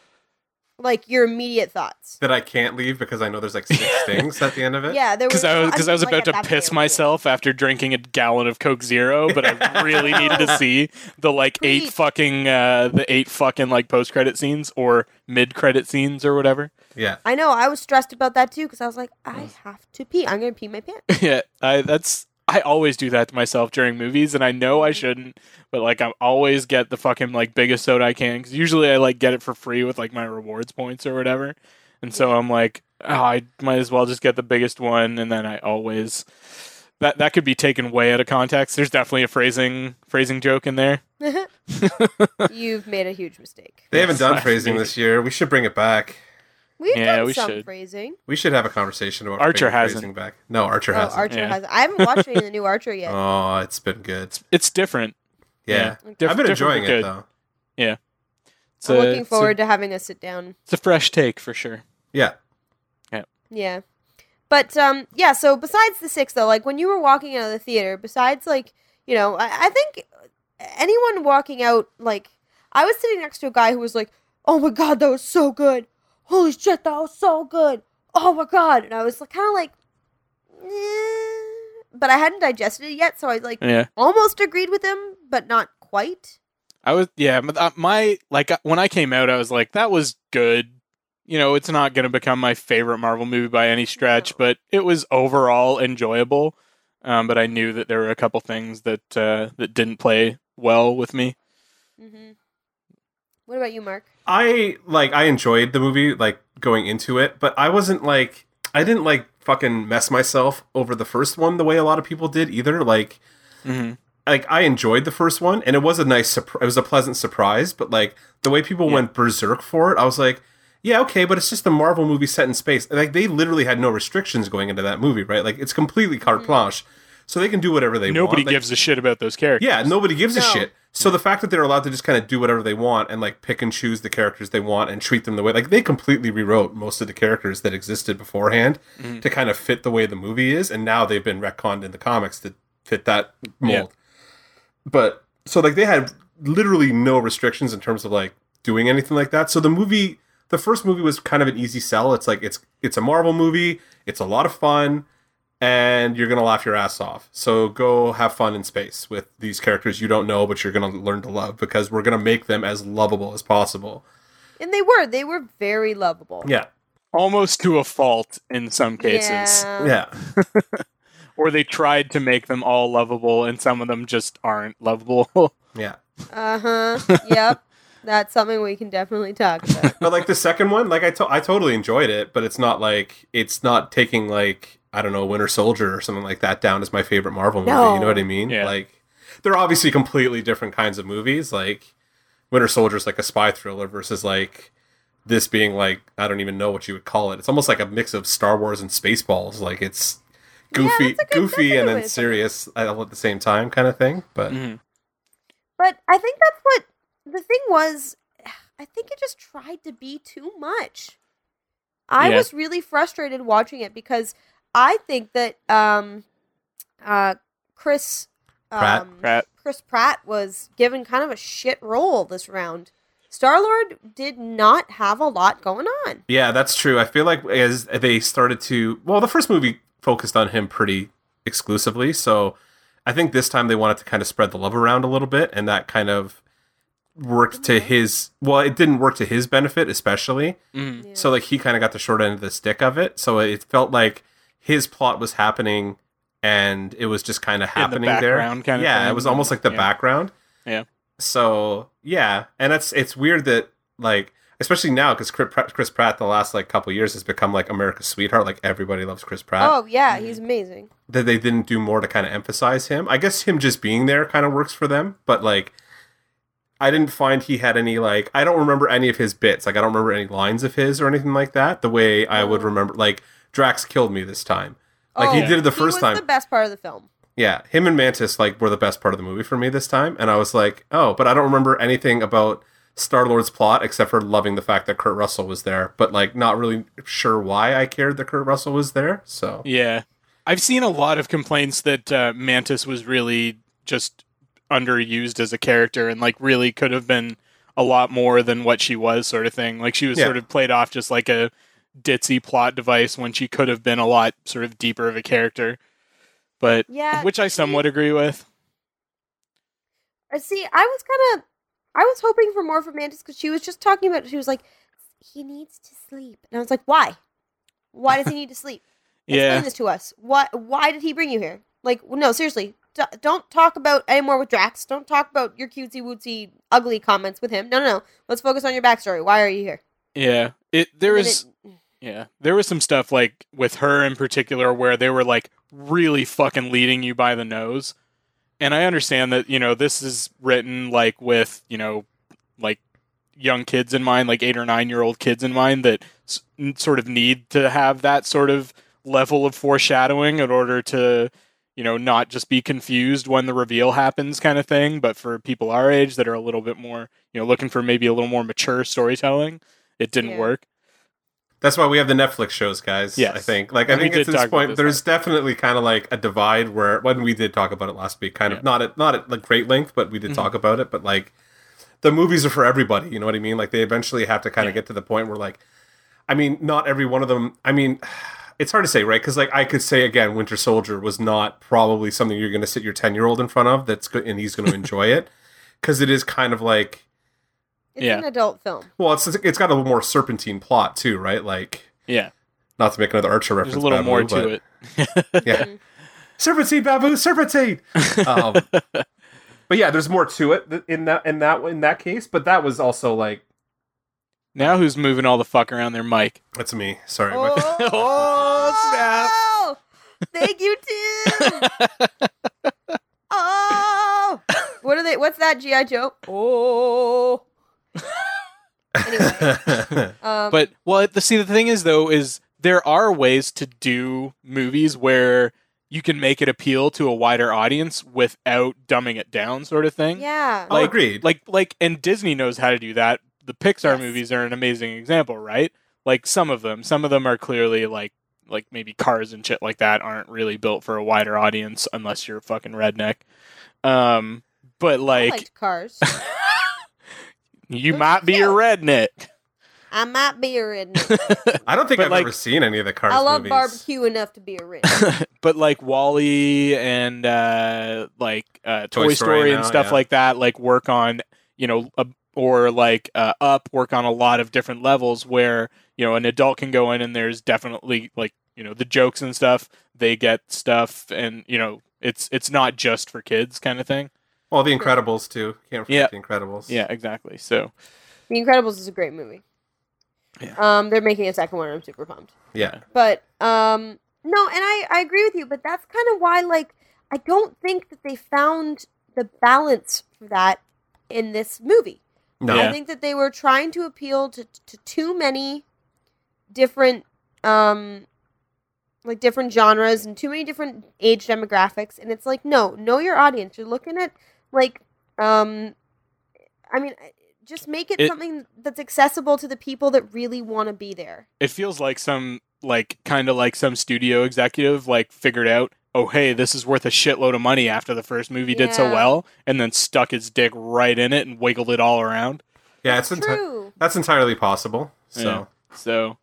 Like your immediate thoughts?
That I can't leave because I know there's like six things at the end of it.
Yeah, there
Because Uh, I was because I was
like,
about
at
to
that point,
piss
I was like,
myself after drinking a gallon of Coke Zero, but I really needed to see the like eight
Preach.
fucking uh, the eight fucking like post credit scenes or mid credit scenes or whatever.
Yeah.
I know I was stressed about that too because I was like,
Mm.
I have to pee. I'm gonna pee my pants.
yeah, I that's I always do that to myself during movies, and I know I shouldn't, but like I always get the fucking like biggest soda I can because usually I like get it for free with like my rewards points or whatever, and so I'm like, oh, I might as well just get the biggest one, and then I always. That, that could be taken way out of context. There's definitely a phrasing phrasing joke in there.
You've made a huge mistake.
They haven't done
Yes.
phrasing this year. We should bring it back.
We've
Yeah,
done
we
some
should.
phrasing.
We should have a conversation about
Archer
bringing
hasn't.
phrasing back. No, Archer
oh,
hasn't.
Archer
Yeah.
has. I haven't watched any of the new Archer yet.
Oh, it's been good.
It's different.
Yeah.
Diff-
I've been
different
enjoying
but
it
good.
though.
It's
I'm
a- it's
looking
a-
forward to having a sit down.
It's a fresh take for sure.
Yeah.
Yeah. But um yeah, so besides the six though, like when you were walking out of the theater, besides like, you know, I, I think anyone walking out like I was sitting next to a guy who was like, Oh my god, that was so good. Holy shit, that was so good. Oh my god. And I was like kinda like eh. but I hadn't digested it yet, so I like
Yeah.
almost agreed with him, but not quite.
I was yeah, but uh, my like uh, when I came out, I was like that was good. You know, it's not going to become my favorite Marvel movie by any stretch,
No.
but it was overall enjoyable. Um, but I knew that there were a couple things that uh, that didn't play well with me.
Mm-hmm. What about you, Mark?
I like I enjoyed the movie like going into it, but I wasn't like I didn't like fucking mess myself over the first one the way a lot of people did either. Like
Mm-hmm.
like I enjoyed the first one and it was a nice surprise. It was a pleasant surprise, but like the way people
Yeah.
went berserk for it, I was like, yeah, okay, but it's just a Marvel movie set in space. And, like they literally had no restrictions going into that movie, right? Like it's completely carte blanche. So they can do whatever they want.
Mm. Nobody
Like,
gives a shit about those characters.
yeah, nobody gives a
No.
shit. So the fact that they're allowed to just kind of do whatever they want and like pick and choose the characters they want and treat them the way like they completely rewrote most of the characters that existed beforehand
Mhm.
to kind of fit the way the movie is, and now they've been retconned in the comics to fit that mold. But so like they had literally no restrictions in terms of like doing anything like that. So the movie, the first movie was kind of an easy sell. It's like it's it's a Marvel movie. It's a lot of fun, and you're gonna laugh your ass off. So go have fun in space with these characters you don't know, but you're gonna learn to love because we're gonna make them as lovable as possible.
And they were. They were very lovable.
Yeah,
almost to a fault in some cases.
Yeah.
yeah.
Or they tried to make them all lovable, and some of them just aren't lovable.
Uh huh. yep. That's something we can definitely talk about.
but like the second one, like I to- I totally enjoyed it, but it's not like it's not taking like I don't know Winter Soldier or something like that down as my favorite Marvel movie. You
No.
know what I mean?
Yeah.
Like they're obviously completely different kinds of movies. Like Winter Soldier's like a spy thriller versus like this being like I don't even know what you would call it. It's almost like a mix of Star Wars and Spaceballs. Like it's
Yeah,
goofy,
that's a good- that's
goofy,
a
and then
good way to put it.
serious all at the same time kind of thing. But
Mhm.
But I think that's what the thing was. I think it just tried to be too much. I
Yeah.
was really frustrated watching it because I think that um, uh, Chris
Pratt.
um,
Pratt.
Chris Pratt was given kind of a shit role this round. Star Lord did not have a lot going on.
Yeah, that's true. I feel like as they started to, well, the first movie focused on him pretty exclusively. So I think this time they wanted to kind of spread the love around a little bit, and that kind of worked to
Mhm.
his. Well, it didn't work to his benefit, especially.
Mhm.
Mm. So like he kind of got the short end of the stick of it. So it felt like his plot was happening, and it was just kind of happening there
background kind of
yeah it
thing.
was almost like the
Yeah.
background
Yeah.
so yeah and it's it's weird that like especially now because chris pratt, chris pratt the last like couple years has become like america's sweetheart like everybody loves chris pratt
oh yeah,
Mhm.
he's amazing.
that they didn't do more to kind of emphasize him i guess him just being there kind of works for them but like i didn't find he had any like i don't remember any of his bits like i don't remember any lines of his or anything like that the way i would
Oh.
remember like drax killed me this time Like,
he
did it the
he
first
was
time.
The best part of the film.
yeah, him and Mantis like were the best part of the movie for me this time, and I was like, oh, but I don't remember anything about Star Lord's plot except for loving the fact that Kurt Russell was there, but like not really sure why I cared that Kurt Russell was there. So
Yeah. I've seen a lot of complaints that uh, Mantis was really just underused as a character and like really could have been a lot more than what she was sort of thing. Like she was
Yeah.
sort of played off just like a ditzy plot device when she could have been a lot sort of deeper of a character. But
Yeah,
which I
she-
somewhat agree with.
Uh, See, I was kind of, I was hoping for more from Mantis because she was just talking about. She was like, he needs to sleep, and I was like, why? Why does he need to sleep? Explain
Yeah.
this to us. What? Why did he bring you here? Like, w- no, seriously, d- don't talk about anymore with Drax. Don't talk about your cutesy wootsy ugly comments with him. No, no, no. Let's focus on your backstory. Why are you here?
Yeah. It there
And then
was
it-
Yeah. There was some stuff like with her in particular where they were like really fucking leading you by the nose. And I understand that, you know, this is written like with, you know, like young kids in mind, like 8 or 9 year old kids in mind that s- n- sort of need to have that sort of level of foreshadowing in order to, you know, not just be confused when the reveal happens kind of thing, but for people our age that are a little bit more, you know, looking for maybe a little more mature storytelling, it didn't
Yeah.
work.
that's why we have the Netflix shows, guys.
Yes.
I think. Like I
And we
think
did
at this
talk about
point
this
there's definitely kind of like a divide where when we did talk about it last week, kind
Yeah.
of not at not at like great length, but we did
Mhm.
talk about it. But like the movies are for everybody, you know what I mean? Like they eventually have to kind
Yeah.
of get to the point where like I mean, not every one of them I mean it's hard to say, right? Because like I could say again, Winter Soldier was not probably something you're going to sit your ten year old in front of. That's good, and he's going to enjoy it because it is kind of like
It's
Yeah.
an adult film.
well, it's it's got a little more serpentine plot too, right? Like
Yeah.
not to make another Archer reference.
There's a little
Babu,
more
but-
to it.
Yeah.
Mhm.
Serpentine, Babu, serpentine. Um, but yeah, there's more to it th- in that in that in that case. But that was also like
Now who's moving all the fuck around their mic?
that's me. Sorry, my-
Oh,
Oh, snap.
Oh, Thank you, Tim. oh, what are they? What's that GI Joe? Oh. anyway,
Oh,
um,
But well, the see the thing is though is there are ways to do movies where you can make it appeal to a wider audience without dumbing it down, sort of thing.
yeah,
oh, agreed.
Like like and Disney knows how to do that. The Pixar
Yes.
movies are an amazing example, right? Like some of them, some of them are clearly like like maybe cars and shit like that aren't really built for a wider audience unless you're a fucking redneck. Um but
I
like
liked cars.
you
Those
might be a redneck.
I might be a redneck.
I don't think
But,
I've
like,
ever seen any of the Cars
I love
movies.
barbecue enough to be a redneck.
but like Wally and uh, like uh, Toy, Story,
Toy Story
and
now,
stuff
yeah.
like that, like work on you know a, or like uh, Up work on a lot of different levels where you know an adult can go in and there's definitely like you know the jokes and stuff. They get stuff and you know it's it's not just for kids kind of thing.
Well, The Incredibles too. Can't forget
Yep.
The Incredibles.
Yeah, exactly. So
the Incredibles is a great movie.
Yeah.
Um, they're making a second one. and I'm super pumped.
yeah.
But um, no, and I I agree with you. But that's kind of why like I don't think that they found the balance for that in this movie.
No,
Yeah.
I think that they were trying to appeal to, to too many different um like different genres and too many different age demographics and it's like no know your audience you're looking at like um i mean I- just make it,
It-
something that's accessible to the people that really want to be there
it feels like some like kind of like some studio executive like figured out oh hey this is worth a shitload of money after the first movie did so
Yeah.
well and then stuck his dick right in it and wiggled it all around
yeah, it's enti-
true
that's entirely possible. So
so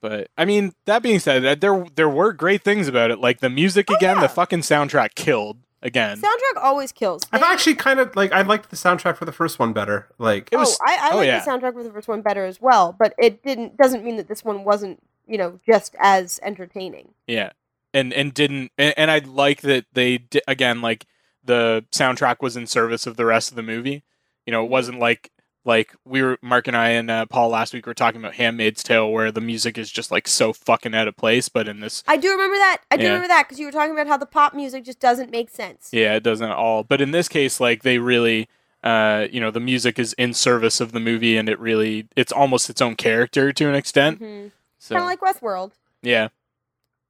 but i mean that being said that there there were great things about it like the music
Oh,
again
yeah.
the fucking soundtrack killed again
soundtrack always kills
I've
They-
actually kind of like I liked the soundtrack for the first one better. Like
It was-
oh, I, I
oh,
like
yeah.
the soundtrack with the first one better as well, but it didn't doesn't mean that this one wasn't you know just as entertaining.
Yeah, and and didn't and, and I like that they di- again like the soundtrack was in service of the rest of the movie. You know, it wasn't like like we were Mark and I and uh, Paul last week were talking about Handmaid's Tale, where the music is just like so fucking out of place. But in this,
I do remember that. I do
Yeah.
remember that because you were talking about how the pop music just doesn't make sense.
yeah, it doesn't at all. But in this case, like they really. Uh, you know the music is in service of the movie, and it really—it's almost its own character to an extent. So
Kind of Mm-hmm. like Westworld.
yeah,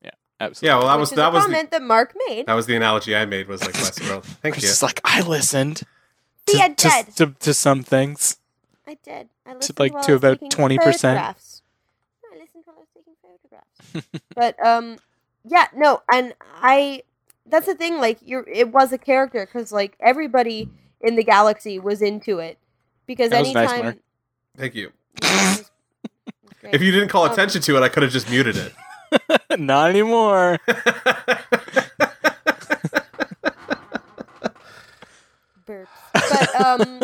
yeah, absolutely.
yeah, well that
which
was
is a
that was the,
comment that Mark made.
that was the analogy I made was like Westworld. Thank
Chris
you.
is like, I listened
See, I
to, to,
did.
to, to some things.
I did. I listened
like,
while
to
I was
about
taking
20%.
photographs. No, I listened while I was taking photographs. but um, yeah, no, and I. That's the thing. Like, you're it was a character because like everybody in the galaxy was into it because
That was nice,
anytime.
Mark.
Thank you.
Yeah, it was- it was great.
If you didn't call
Um,
attention to it, I could have just muted it.
Not anymore.
burps. But um,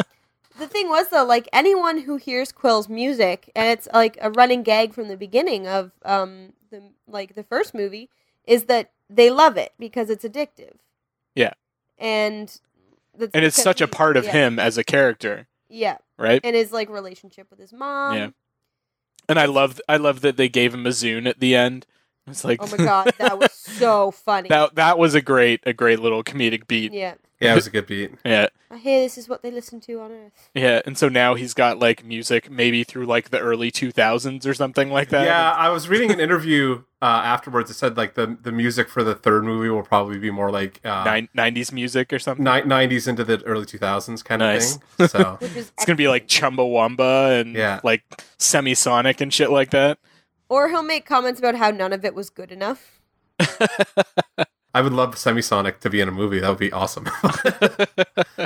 the thing was though, like anyone who hears Quill's music, and it's like a running gag from the beginning of um the like the first movie, is that they love it because it's addictive.
Yeah.
And that's
And it's
because
such a
he-
part of
yeah,
him as a character,
Yeah,
right?
and his like relationship with his mom.
Yeah. And I love I love that they gave him a zoon at the end. It's like
Oh my god, that was so funny.
that that was a great a great little comedic beat.
yeah.
yeah, it was a good beat.
Yeah.
I hear this is what they listen to on Earth.
Yeah, and so now he's got like music maybe through like the early 2000s or something like that.
Yeah, I was reading an interview uh, afterwards. It said like the the music for the third movie will probably be more like uh,
Nin- 90s music or something.
ni- 90s into the early 2000s kind of
Nice.
thing. So
Which is
It's going to be like Chumbawamba and
Yeah.
like Semisonic and shit like that.
or he'll make comments about how none of it was good enough.
I would love Semisonic to be in a movie. That would be awesome.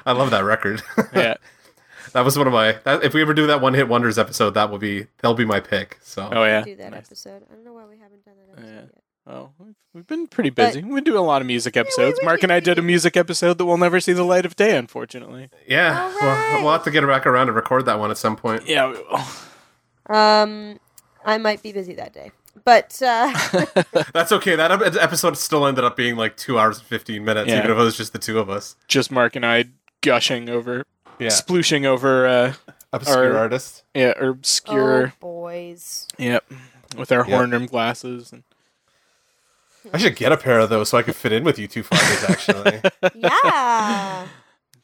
I love that record.
Yeah.
that was one of my. That, if we ever do that one hit wonders episode, that will be that'll be my pick. So
Oh yeah.
do that
Nice.
episode. I don't know why we haven't done that episode
Yeah.
yet.
Oh, we've- we've been pretty
But-
busy. we do a lot of music episodes.
we-
Mark and I did a music episode that will never see the light of day, unfortunately.
yeah,
All
well,
right.
we'll have to get back around and record that one at some point.
Yeah, we will.
Um, I might be busy that day, but uh,
That's okay. That ep- episode still ended up being like two hours and fifteen minutes,
Yeah.
even if it was just the two of us.
just Mark and I gushing over,
Yeah,
splooshing over, uh,
obscure
Or-
artist.
yeah, or obscure,
oh boys,
yep, with our
Yeah.
horn rimmed glasses. And,
I should get a pair of those so I could fit in with you two fuckers. Actually,
yeah.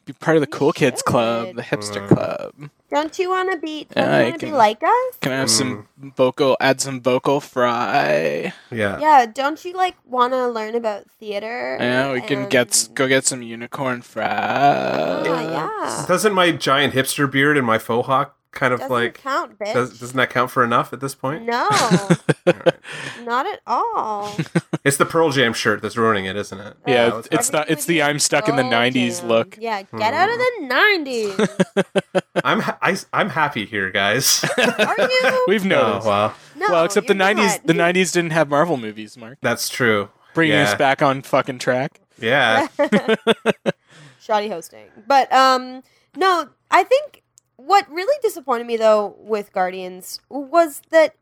be part of the
You
cool kids club,
should.
the hipster
Mm.
club.
Don't you want to be? Don't
I
you want to be
can-
like us?
Can I have some
Mm.
vocal? Add some vocal fry.
yeah.
Yeah. Don't you like want to learn about theater?
Yeah, we can get s-
and-
go get some unicorn fry.
Ah, um, yeah.
Doesn't my giant hipster beard and my faux hawk kind of
Doesn't
like
count, bitch.
does, doesn't that count for enough at this point?
no,
All right.
not at all.
It's the Pearl Jam shirt that's ruining it, isn't it?
Yeah,
That was
it's
my-
not-
Everything
it's the
with
I'm stuck in the
Pearl
90s
Jam.
look.
Yeah, get out of the
Hmm.
'90s.
I'm ha- I, am happy here, guys.
Are you?
We've
oh
noticed.
wow,
No,
well, except the
you're
'90s.
not.
The '90s didn't have Marvel movies, Mark.
that's true.
Bringing
yeah.
us back on fucking track.
Yeah,
shoddy hosting. But um no, I think what really disappointed me though with Guardians was that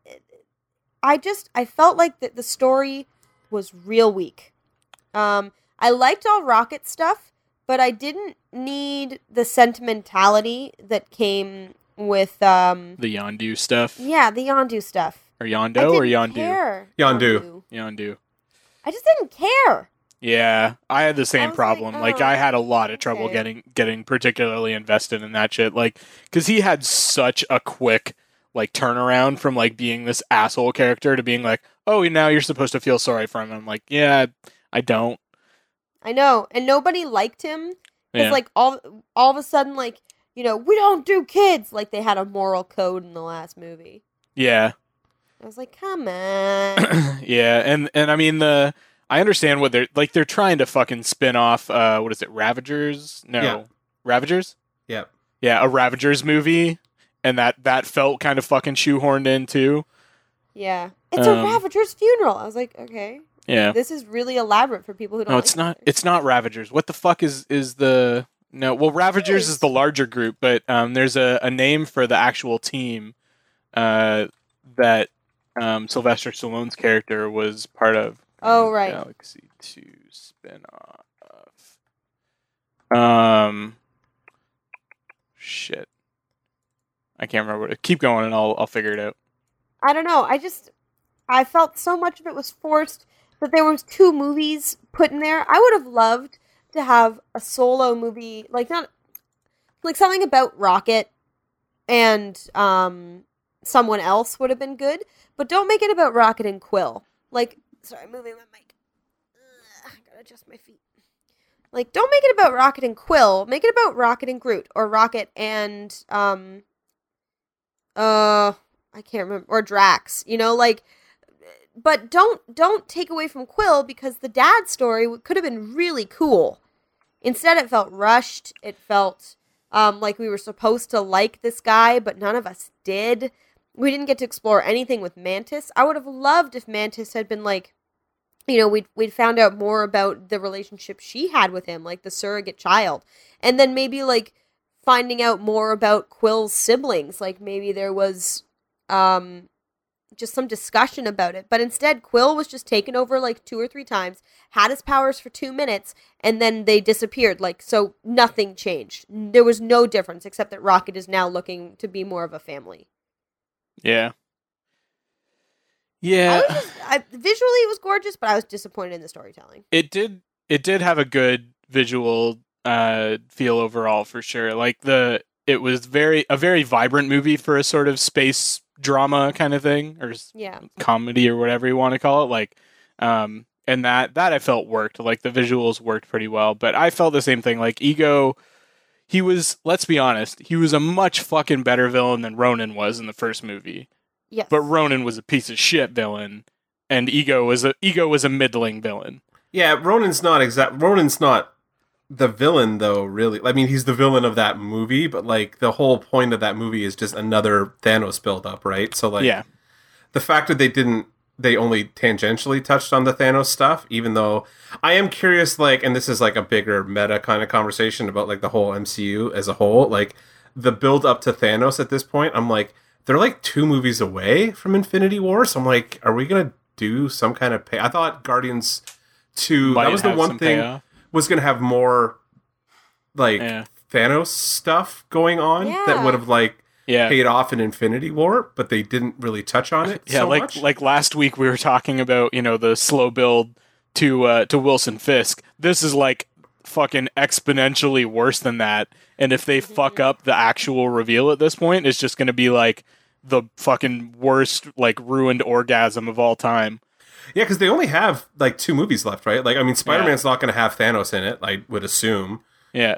I just I felt like that the story was real weak. Um I liked all rocket stuff, but I didn't need the sentimentality that came with um
The Yondu stuff,
yeah, the Yondu stuff.
or
I
Yondo, or
didn't
Yondu,
care.
Yondu.
Yondu.
I just didn't care.
Yeah, I had the same
was like,
problem. Like,
oh,
I had a lot of trouble
okay.
getting getting particularly invested in that shit. Like, because he had such a quick like turnaround from like being this asshole character to being like, oh, now you're supposed to feel sorry for him. I'm like, yeah, I don't.
I know, and nobody liked him. Because
Yeah.
like all all of a sudden, like you know, we don't do kids. Like they had a moral code in the last movie.
yeah,
I was like, come on.
yeah, and and I mean the I understand what they're like. They're trying to fucking spin off. Uh, what is it? Ravagers? No,
Yeah.
Ravagers.
yeah.
Yeah, a Ravagers movie, and that that felt kind of fucking shoehorned in too.
yeah, it's a
Um,
Ravager's funeral. I was like, okay,
Yeah.
this is really elaborate for people who don't.
No,
like
it's not.
each other.
It's not Ravagers. What the fuck is is the no? Well, Ravagers is
is.
the larger group, but um, there's a, a name for the actual team uh, that um, Sylvester Stallone's character was part of.
Oh,
in
right.
Galaxy Two spinoff. Um, shit. I can't remember. What it, keep going, and I'll I'll figure it out.
I don't know. I just I felt so much of it was forced that there was two movies put in there. I would have loved to have a solo movie, like not like something about Rocket and um someone else would have been good, but don't make it about Rocket and Quill. Like sorry, I'm moving my mic. Ugh, I gotta adjust my feet. Like, don't make it about Rocket and Quill. Make it about Rocket and Groot, or Rocket and um, uh, I can't remember or Drax, you know, like but don't don't take away from Quill because the dad story w- could have been really cool. Instead it felt rushed. It felt um, like we were supposed to like this guy, but none of us did. We didn't get to explore anything with Mantis. I would have loved if Mantis had been like you know, we'd we'd found out more about the relationship she had with him, like the surrogate child. And then maybe like finding out more about Quill's siblings, like maybe there was um just some discussion about it but instead quill was just taken over like two or three times had his powers for two minutes and then they disappeared like so nothing changed there was no difference except that rocket is now looking to be more of a family
Yeah.
I
Yeah.
was just, I, visually it was gorgeous but i was disappointed in the storytelling
it did it did have a good visual uh feel overall for sure like the it was very a very vibrant movie for a sort of space drama kind of thing or s-
yeah
comedy or whatever you want to call it like um and that that i felt worked like the visuals worked pretty well but i felt the same thing like ego he was let's be honest he was a much fucking better villain than ronan was in the first movie
yes
but ronan was a piece of shit villain and ego was a ego was a middling villain
Yeah, Ronan's not exact. Ronan's not the villain, though. Really, I mean, he's the villain of that movie, but like the whole point of that movie is just another Thanos buildup, right? So like,
yeah
the fact that they didn't, they only tangentially touched on the Thanos stuff, even though I am curious, like, and this is like a bigger meta kind of conversation about like the whole MCU as a whole, like the build up to Thanos at this point. I'm like, they're like two movies away from Infinity War, so I'm like, are we gonna do some kind of pay? I thought Guardians. Two.
might
that was the
have
one
some
thing
payoff.
was going to have more like
Yeah.
Thanos stuff going on that
Yeah.
would have like
Yeah.
paid off in Infinity War, but they didn't really touch on it.
yeah,
so
like
much.
like last week we were talking about, you know, the slow build to uh to Wilson Fisk. This is like fucking exponentially worse than that. And if
Mm-hmm.
they fuck up the actual reveal at this point, it's just going to be like the fucking worst like ruined orgasm of all time.
yeah, because they only have like two movies left, right? Like, I mean, Spider Man's not going to have Thanos in it. I would assume.
Yeah.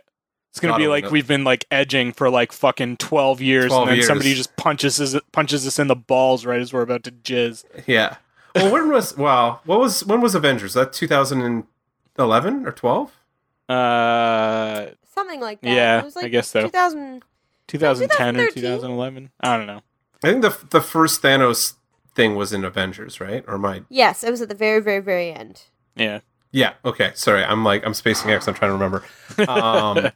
It's gonna
God
be
only
like
knows.
we've been like edging for like fucking twelve years,
12
and then somebody
years.
just punches us punches us in the balls right as we're about to jizz.
Yeah. Well, when was wow? What was when was Avengers? That 2011 or 12?
Uh,
Something like that.
yeah,
It was like
I guess so.
2000.
2010 or
2013?
2011. I don't know.
I think the the first Thanos thing was in Avengers, right? Or my
Yes, it was at the very, very, very end.
Yeah,
yeah. Okay, sorry. I'm like I'm spacing out. 'cause I'm trying to remember. Um,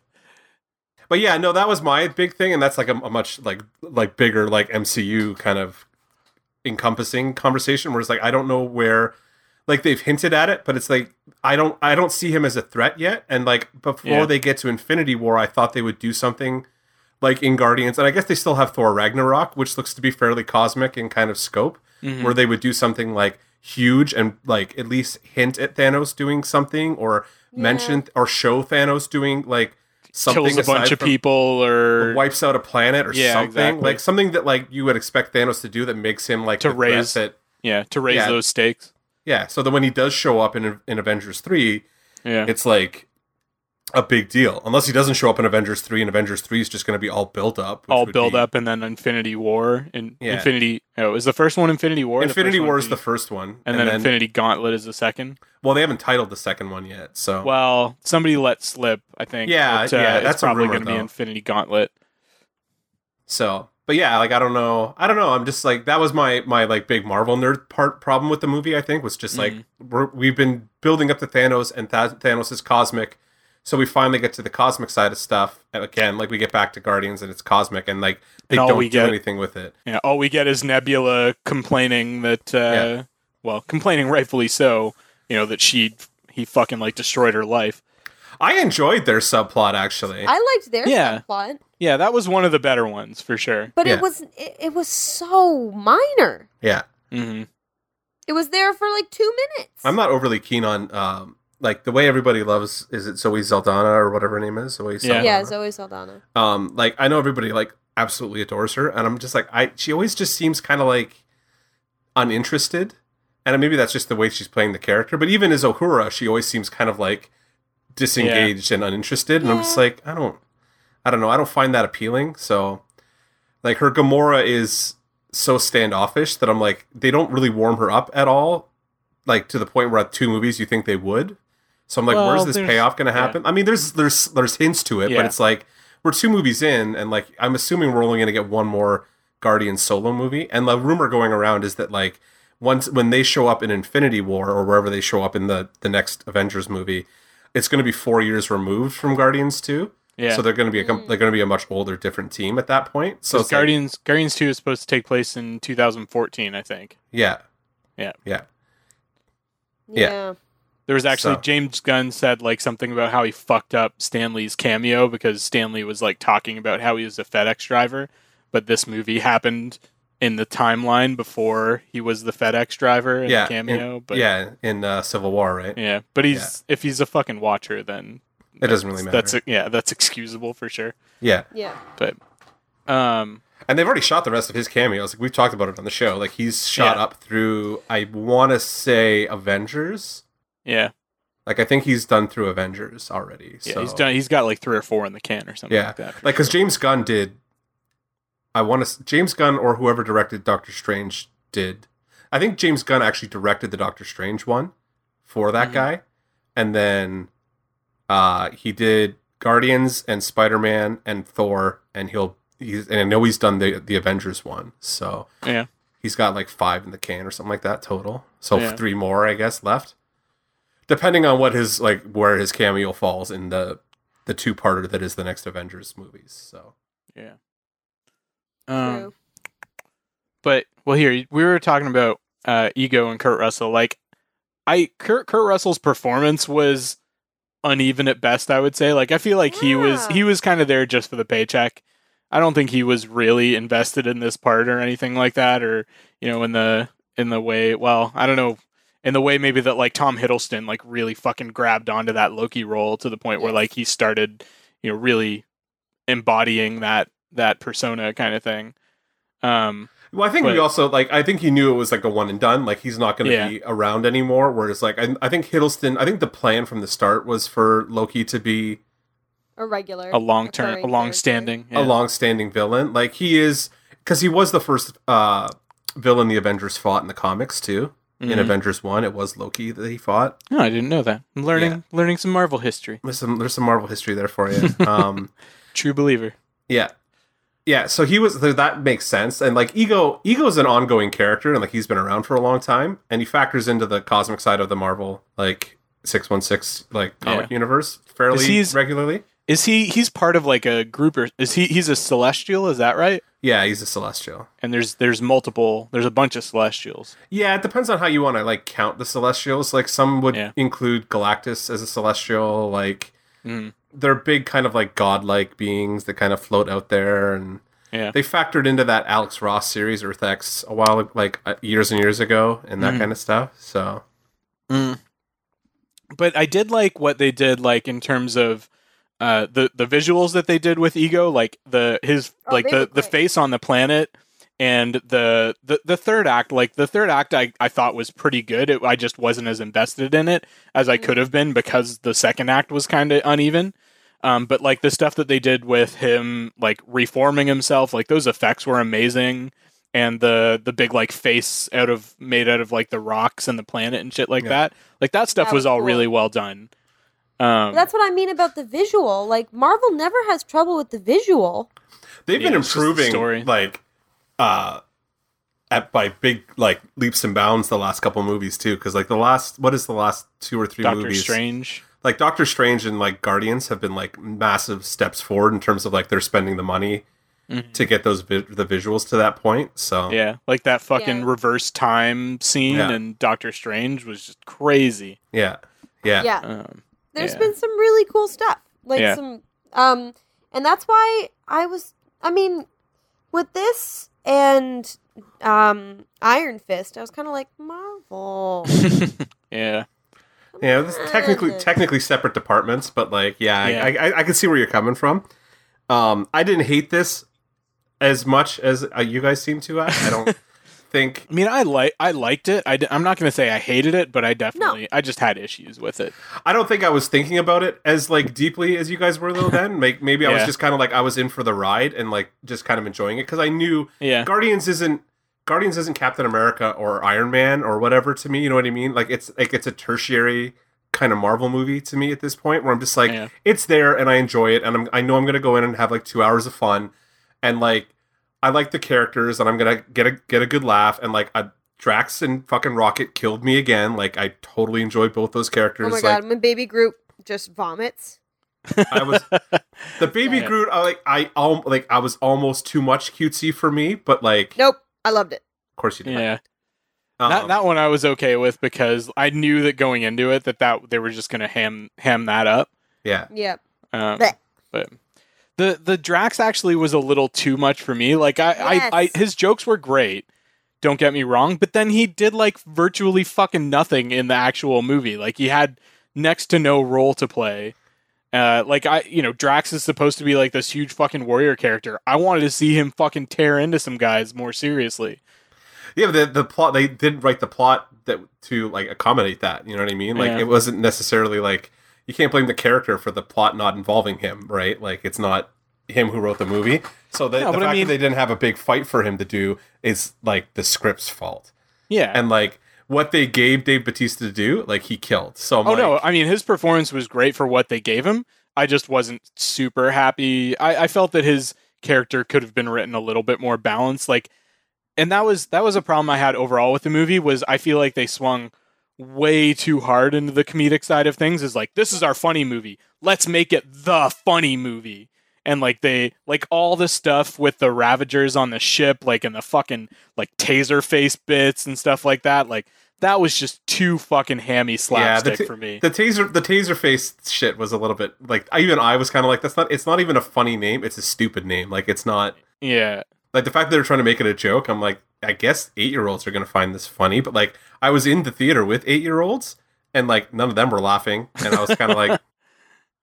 but yeah, no, that was my big thing, and that's like a, a much like like bigger like MCU kind of encompassing conversation where it's like I don't know where like they've hinted at it, but it's like I don't I don't see him as a threat yet. And like before
Yeah.
they get to Infinity War, I thought they would do something like in Guardians, and I guess they still have Thor Ragnarok, which looks to be fairly cosmic in kind of scope,
Mhm.
where they would do something like huge and like at least hint at Thanos doing something or mention or show Thanos doing like something
kills a
aside
bunch of
from-
people or
wipes out a planet or
Yeah,
something
exactly.
like something that like you would expect Thanos to do that makes him like
To
the threat
raise-
that
yeah to raise
Yeah.
those stakes.
yeah so that when he does show up in in Avengers 3
Yeah,
it's like a big deal unless he doesn't show up in Avengers 3 and Avengers 3 is just going to be all built up which
all
would
build
be-
up and then Infinity War and
Yeah.
Infinity. Oh, is the first one Infinity War? The
Infinity
first one
War is the
Infinity-
first one
and, then, Infinity Gauntlet is the second.
well they haven't titled the second one yet so
Well, somebody let slip. I think.
Oh. Yeah,
that, uh,
yeah, that's
it's
a
probably
rumor,
gonna be
though.
Infinity Gauntlet.
So, but yeah, like I don't know, I don't know. I'm just like that was my my like big Marvel nerd part problem with the movie. I think was just like
Mm-hmm.
we're, we've been building up to Thanos and Th- Thanos is cosmic, so we finally get to the cosmic side of stuff and again. Like we get back to Guardians and it's cosmic, and like they
And all
don't
we
do
get-
anything with it.
Yeah, all we get is Nebula complaining that, uh,
Yeah.
well, complaining rightfully so, you know, that she he fucking like destroyed her life.
I enjoyed their subplot actually.
I liked their
Yeah.
plot,
Yeah, that was one of the better ones for sure.
but
Yeah.
it was it, it was so minor.
yeah,
Mm-hmm.
It was there for like two minutes.
I'm not overly keen on um like the way everybody loves is it Zoe Saldana or whatever her name is Zoe.
Yeah.
Saldana.
yeah, Zoe Saldana.
um like i know everybody like absolutely adores her and i'm just like i she always just seems kind of like uninterested and maybe that's just the way she's playing the character but even as ohura she always seems kind of like disengaged and uninterested and i'm just
Yeah.
like i don't i don't know i don't find that appealing so like her gamora is so standoffish that i'm like they don't really warm her up at all like to the point where at two movies you think they would so i'm like
Well,
where's this
there's-
payoff going to
yeah.
happen i mean there's there's there's hints to it but
Yeah.
it's like we're two movies in, and like I'm assuming we're only going to get one more Guardian solo movie. And the rumor going around is that like once when they show up in Infinity War or wherever they show up in the the next Avengers movie, it's going to be four years removed from Guardians Two.
Yeah.
So they're going to be a, com
Mm.
they're going to be a much older, different team at that point. So
So
it's like-
Guardians Guardians Two is supposed to take place in 2014, I think.
yeah, Yeah.
Yeah.
There was actually
So-
James Gunn said like something about how he fucked up Stanley's cameo because Stanley was like talking about how he was a FedEx driver, but this movie happened in the timeline before he was the FedEx driver in
yeah,
the cameo.
in,
but
yeah, in uh, Civil War, right?
yeah, but he's if he's a fucking watcher, then
It doesn't really matter.
That's yeah, that's excusable for sure.
yeah,
Yeah.
But um,
And they've already shot the rest of his cameos. Like we've talked about it on the show. Like he's shot
Yeah.
up through I want to say Avengers.
yeah,
Like I think he's done through Avengers already.
yeah,
so.
he's done. He's got like three or four in the can or something
Yeah.
like that. for
Like because
sure.
James Gunn did. I want to James Gunn or whoever directed Doctor Strange did. I think James Gunn actually directed the Doctor Strange one for that
Mhm.
guy, and then uh he did Guardians and Spider Man and Thor, and he'll he's and I know he's done the the Avengers one, so
Yeah.
he's got like five in the can or something like that total. So
Yeah.
three more, I guess, left. Depending on what his like where his cameo falls in the the two parter that is the next Avengers movies. So
Um,
True.
But well, here we were talking about uh, ego and Kurt Russell. Like, I Kurt Kurt Russell's performance was uneven at best. I would say. Like, I feel like he was
Yeah.
he was kind of there just for the paycheck. I don't think he was really invested in this part or anything like that, or you know, in the in the way. Well, I don't know. In the way maybe that like Tom Hiddleston like really fucking grabbed onto that Loki role to the point where
Yes.
like he started, you know, really embodying that that persona kind of thing. Um,
Well, I think we
But-
also like. I think he knew it was like a one and done. Like he's not going to
Yeah.
be around anymore. Whereas, like, I, I think Hiddleston. I think the plan from the start was for Loki to be
a regular,
a long term, a
recurring
long standing,
a long-standing villain. Like he is, because he was the first uh, villain the Avengers fought in the comics too.
Mm-hmm.
In Avengers One, it was Loki that he fought.
No, I didn't know that. I'm learning
Yeah.
learning some Marvel history.
There's some there's some Marvel history there for you. Um,
True believer.
yeah, yeah. So he was th- that makes sense. And like Ego, Ego is an ongoing character, and like he's been around for a long time, and he factors into the cosmic side of the Marvel like six one six like comic universe fairly
'Cause he's-
regularly.
Is he? He's part of like a group or is he? He's a celestial. Is that right?
Yeah, he's a celestial.
And there's there's multiple. There's a bunch of celestials.
Yeah, it depends on how you want to like count the celestials. Like some would
Yeah.
include Galactus as a celestial. Like
Mm.
they're big kind of like godlike beings that kind of float out there, and
Yeah.
they factored into that Alex Ross series Earth X a while like uh, years and years ago and that
Mhm.
kind of stuff. So Mm.
But I did like what they did, like in terms of uh, the the visuals that they did with Ego, like the his
Oh,
like
they
the
look
the
great.
face on the planet. And the, the the third act, like the third act, I, I thought was pretty good. It, I just wasn't as invested in it as I
Mhm.
could have been because the second act was kind of uneven. Um, but like the stuff that they did with him, like reforming himself, like those effects were amazing. And the the big like face out of made out of like the rocks and the planet and shit like
Yeah.
that, like that stuff
That
was
was
all
cool.
really well done. Um,
But that's what I mean about the visual. Like Marvel never has trouble with the visual.
they've
Yeah,
been
it's just the
improving
story.
like uh at by big like leaps and bounds the last couple movies too because like the last what is the last two or three
Doctor
movies
Strange.
like Doctor Strange and like Guardians have been like massive steps forward in terms of like they're spending the money
Mhm.
to get those vi- the visuals to that point. So
Yeah, like that fucking
Yeah.
reverse time scene
Oh. Yeah.
in Doctor Strange was just crazy.
yeah, yeah,
Yeah.
Um,
There's
Yeah.
been some really cool stuff like
Yeah.
some um and that's why i was i mean with this and um iron fist i was kind of like marvel
yeah,
Yeah, This is technically
Mm.
technically separate departments, but like yeah,
Yeah.
I, I I can see where you're coming from. Um, I didn't hate this as much as uh, you guys seem to. I, I don't think
I mean, I like I liked it. I d- I'm not gonna say I hated it, but I definitely I just had issues with it.
I don't think I was thinking about it as like deeply as you guys were though. Then like maybe I was
Yeah.
just kind of like I was in for the ride and like just kind of enjoying it because I knew
Yeah,
Guardians isn't Guardians isn't Captain America or Iron Man or whatever to me. You know what I mean? Like it's like it's a tertiary kind of Marvel movie to me at this point, where I'm just like,
Yeah.
it's there and I enjoy it, and I'm, I know I'm gonna go in and have like two hours of fun, and like I like the characters, and I'm gonna get a get a good laugh, and like I, Drax and fucking Rocket killed me again. Like I totally enjoyed both those characters.
oh my
like
god when baby group just vomits
I was the baby
Yeah.
Groot. I like I al- like I was almost too much cutesy for me, but like
nope i loved it
of course you Uh-huh. did.
yeah.
Um,
that that one I was okay with because I knew that going into it that that they were just gonna ham ham that up.
yeah.
yeah
Um,
Blech.
but the the Drax actually was a little too much for me. Like I, I, I
Yes.
his jokes were great. Don't get me wrong, but then he did like virtually fucking nothing in the actual movie. Like he had next to no role to play. Uh, like I, you know, Drax is supposed to be like this huge fucking warrior character. I wanted to see him fucking tear into some guys more seriously.
Yeah, but the the plot they did write the plot that to like accommodate that. You know what I mean? Like
Yeah.
it wasn't necessarily like you can't blame the character for the plot not involving him, right? Like it's not him who wrote the movie. So the,
No,
the
but I
fact
mean-
that they didn't have a big fight for him to do is like the script's fault.
Yeah.
And like what they gave Dave Batista to do, like he killed. So I'm
oh
like,
no, I mean his performance was great for what they gave him. I just wasn't super happy. I, I felt that his character could have been written a little bit more balanced. Like, and that was that was a problem I had overall with the movie was I feel like they swung way too hard into the comedic side of things. Is like this is our funny movie. Let's make it the funny movie. And like they like all the stuff with the Ravagers on the ship, like and the fucking like taser face bits and stuff like that. Like that was just too fucking hammy slapstick
ta-
for me.
The taser, the taser face shit was a little bit like I- even I was kind of like that's not. It's not even a funny name. It's a stupid name. Like it's not
Yeah.
like the fact that they're trying to make it a joke. I'm like, I guess eight year olds are gonna find this funny. But like, I was in the theater with eight year olds, and like none of them were laughing, and I was kind of like,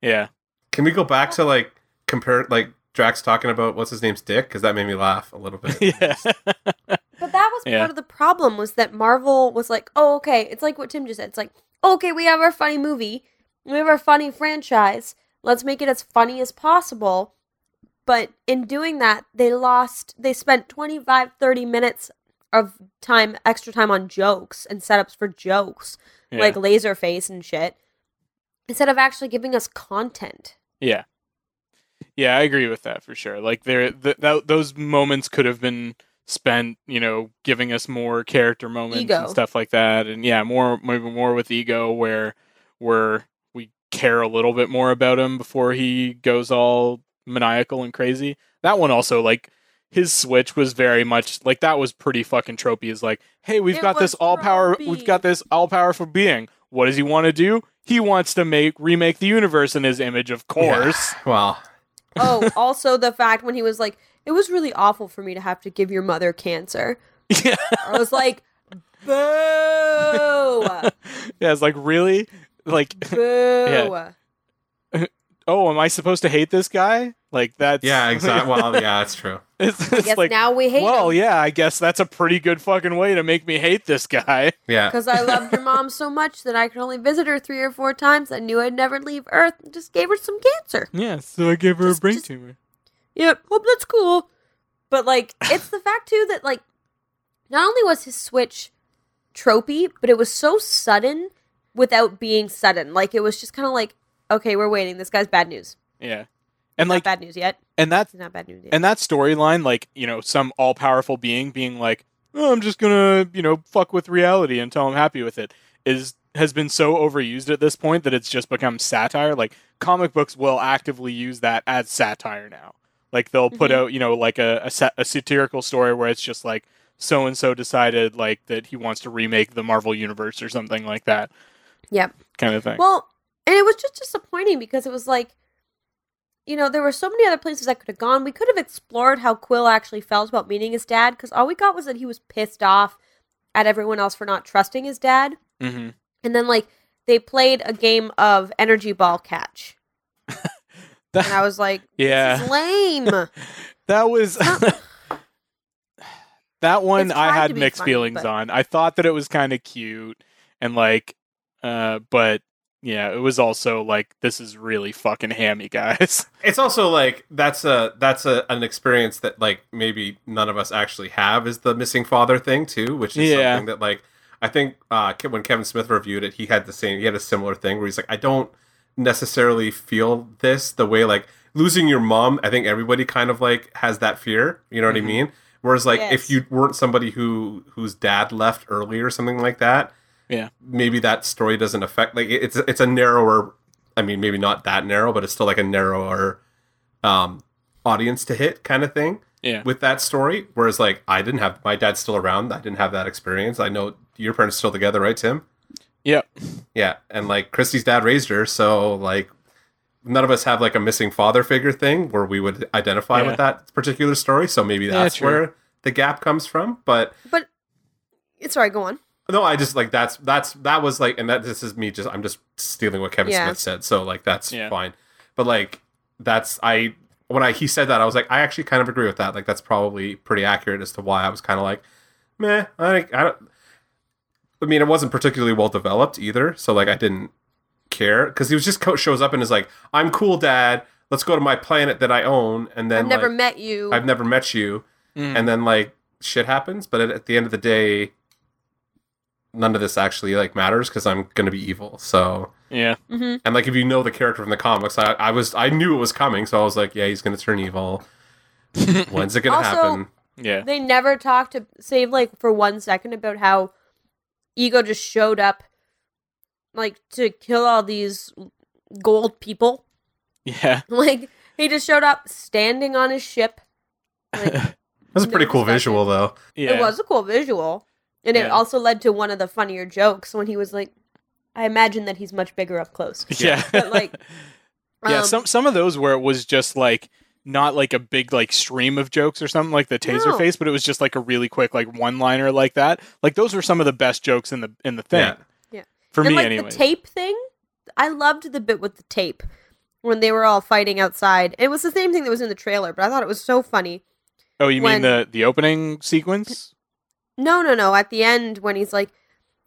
Yeah.
can we go back to like compare like Drax talking about what's his name's dick because that made me laugh a little bit.
Yeah.
but that was
Yeah.
part of the problem was that marvel was like oh okay it's like what tim just said it's like okay we have our funny movie we have our funny franchise Let's make it as funny as possible. But in doing that, they lost, they spent 25, 30 minutes of time, extra time on jokes and setups for jokes,
Yeah.
like Laserface and shit, instead of actually giving us content.
Yeah. Yeah, I agree with that for sure. Like there th- th- those moments could have been spent, you know, giving us more character moments
Ego.
and stuff like that and yeah, more maybe more with ego where where we care a little bit more about him before he goes all maniacal and crazy. That one also like his switch was very much like that was pretty fucking tropey is like, "Hey, we've
It
got this
was
all power we've
tropey.
got this all powerful being. What does he want to do? He wants to make remake the universe in his image, of course.
Well,
Oh, also the fact when he was like, it was really awful for me to have to give your mother cancer.
Yeah.
I was like, boo,
yeah, it's like really, like
boo.
Yeah. oh, am I supposed to hate this guy? Like that's
yeah, exactly. Well, yeah, that's true.
it's
I
it's
guess
like
now we hate
well,
him
yeah, I guess that's a pretty good fucking way to make me hate this guy.
Yeah.
because I loved your mom so much that I could only visit her three or four times. I knew I'd never leave Earth. and Just gave her some cancer.
Yeah, so I gave her
a Just- brain just-
tumor.
Yep, hope that's cool. But like, it's the fact too that like, not only was his switch tropey, but it was so sudden without being sudden. Like it was just kind of like, okay, we're waiting. This guy's bad news.
Yeah, and
Not
like,
bad news yet.
and that
He's not bad news yet.
and that storyline, like you know, some all powerful being being like, oh, I'm just gonna you know fuck with reality until I'm happy with it is has been so overused at this point that it's just become satire. Like comic books will actively use that as satire now. Like they'll put
Mhm.
out you know like a a, sa- a satirical story where it's just like so and so decided like that he wants to remake the Marvel universe or something like that.
Yep.
Kind of thing.
Well, and it was just disappointing because it was like, you know, there were so many other places I could have gone. We could have explored how Quill actually felt about meeting his dad because all we got was that he was pissed off at everyone else for not trusting his dad.
hmm
And then, like, they played a game of energy ball catch. And I was like,
yeah.
this is lame.
That was
not-
that one
It's
I
tried
had
to be
mixed
funny,
feelings
but-
on. I thought that it was kind of cute and like uh but yeah, it was also like this is really fucking hammy, guys.
It's also like that's a that's a an experience that like maybe none of us actually have is the missing father thing too, which is
Yeah.
something that like I think uh, Ke- when Kevin Smith reviewed it, he had the same he had a similar thing where he's like, I don't necessarily feel this the way like losing your mom. I think everybody kind of like has that fear. You know what
Mhm.
I mean? Whereas like
Yes.
if you weren't somebody who whose dad left early or something like that,
Yeah.
maybe that story doesn't affect like it- it's it's a narrower. I mean, maybe not that narrow, but it's still like a narrower um, audience to hit kind of thing
Yeah.
with that story. Whereas, like, I didn't have my dad's still around. I didn't have that experience. I know your parents are still together, right, Tim?
Yep.
Yeah, and like Christy's dad raised her, so like none of us have like a missing father figure thing where we would identify
Yeah.
with that particular story. So maybe
Yeah,
that's
true.
where the gap comes from. But
but, sorry, go on.
no, I just like that's that's that was like, and that this is me just I'm just stealing what Kevin
Yeah.
Smith said, so like that's
Yeah.
fine. But like that's I when I he said that I was like I actually kind of agree with that. Like that's probably pretty accurate as to why I was kind of like, meh, I I don't. I mean, it wasn't particularly well developed either, so like I didn't care because he was just co- shows up and is like, I'm cool, Dad. Let's go to my planet that I own, and then
I've never
like,
met you.
I've never met you
Mm.
and then like shit happens but at, at the end of the day none of this actually like matters because i'm gonna be evil so
yeah.
hmm
and like if you know the character from the comics i, I was i knew it was coming so i was like yeah he's gonna turn evil when's it gonna
Also-
happen
Yeah.
They never talked to save like for one second about how Ego just showed up like to kill all these gold people.
Yeah.
Like he just showed up standing on his ship. Like
It was a pretty
No
cool
discussion.
visual though
Yeah.
it was a cool visual. And it
Yeah.
also led to one of the funnier jokes when he was like I imagine that he's much bigger up close.
Yeah.
But, like,
Yeah,
Um,
some some of those where it was just like not like a big like stream of jokes or something like the taser
No.
face, but it was just like a really quick like one liner like that. Like those were some of the best jokes in the in the thing.
Yeah.
Yeah.
For
and
me
like
anyway.
the tape thing, I loved the bit with the tape when they were all fighting outside. It was the same thing that was in the trailer, but I thought it was so funny.
oh, you mean
when-
the the opening sequence?
No, no, no. At the end, when he's like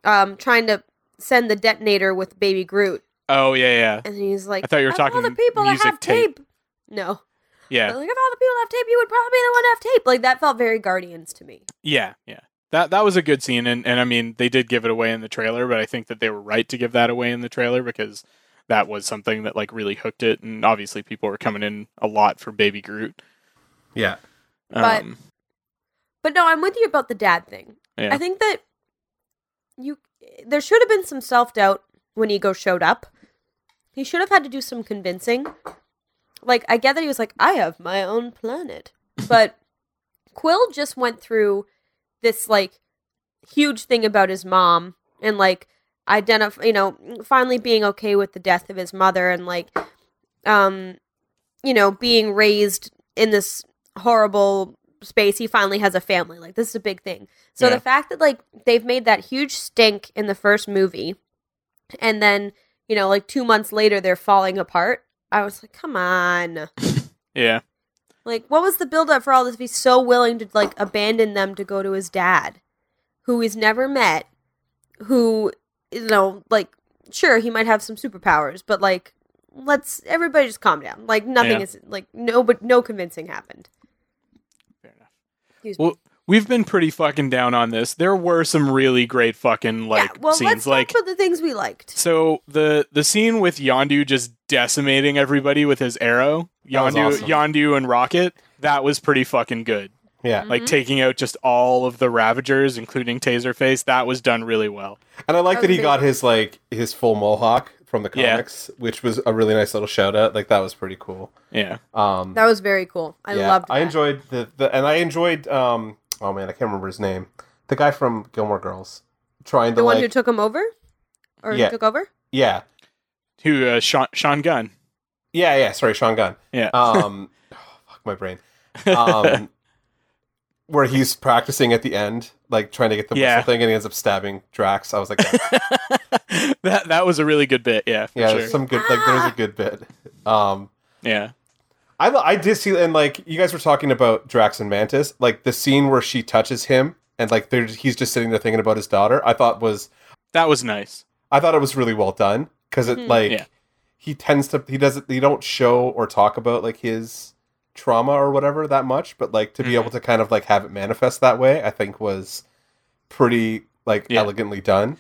um, trying to send the detonator with Baby Groot,
Oh yeah, yeah,
And he's like,
I thought you were
"Of all
talking
the people that
music
have
tape.
tape. No. I
yeah,
was Like, of all the people that have tape, you would probably be the one to have tape. Like, that felt very Guardians to me.
yeah, yeah. That that was a good scene, and and I mean they did give it away in the trailer, but I think that they were right to give that away in the trailer because that was something that like really hooked it, and obviously people were coming in a lot for Baby Groot. Um,
Yeah.
But- But no, I'm with you about the dad thing.
Yeah.
I think that you there should have been some self doubt when Ego showed up. He should have had to do some convincing. Like I get that he was like, I have my own planet, but Quill just went through this like huge thing about his mom and like identify, you know, finally being okay with the death of his mother and like, um, you know, being raised in this horrible space. He finally has a family. Like this is a big thing. So
Yeah.
the fact that like they've made that huge stink in the first movie, and then you know, like two months later, they're falling apart. I was like, come on.
yeah,
Like, what was the buildup for all this? If he's so willing to like abandon them to go to his dad, who he's never met, who you know, like, sure he might have some superpowers, but like, let's everybody just calm down. Like, nothing
Yeah.
is like no, but no convincing happened.
fair enough.
Excuse
Well, we've been pretty fucking down on this. There were some really great fucking
me.
like
yeah, well, let's
scenes, like
talk about the things we liked.
So the the scene with Yondu just decimating everybody with his arrow,
That was
Yondu,
awesome.
Yondu and Rocket, that was pretty fucking good.
Yeah.
Like
Mhm.
taking out just all of the Ravagers, including Taserface, that was done really well.
And I like that he
Okay.
got his like his full mohawk from the
Yeah.
comics, which was a really nice little shout out. Like that was pretty cool.
Yeah,
Um
that was very cool. I
yeah,
loved. That.
I enjoyed the, the and I enjoyed um oh man, I can't remember his name. The guy from Gilmore Girls trying
the
to
one
like
who took him over, or
Yeah.
took over.
Yeah.
who uh, Sean, Sean Gunn?
Yeah, yeah, sorry, Sean Gunn.
Yeah,
Um oh, fuck my brain. Um where he's practicing at the end, like trying to get the
Yeah.
whistle thing and he ends up stabbing Drax. I was like "That's
that that was a really good bit. Yeah, for
yeah,
sure.
there's some good like there's a good bit. Um
yeah,
I I did see and like you guys were talking about Drax and Mantis, like the scene where she touches him and like they're, he's just sitting there thinking about his daughter. I thought was
that was nice.
I thought it was really well done because it
Mhm.
like
Yeah.
he tends to he doesn't he don't show or talk about like his trauma or whatever that much, but like to be
Mhm.
able to kind of like have it manifest that way, I think was pretty like
Yeah.
elegantly done.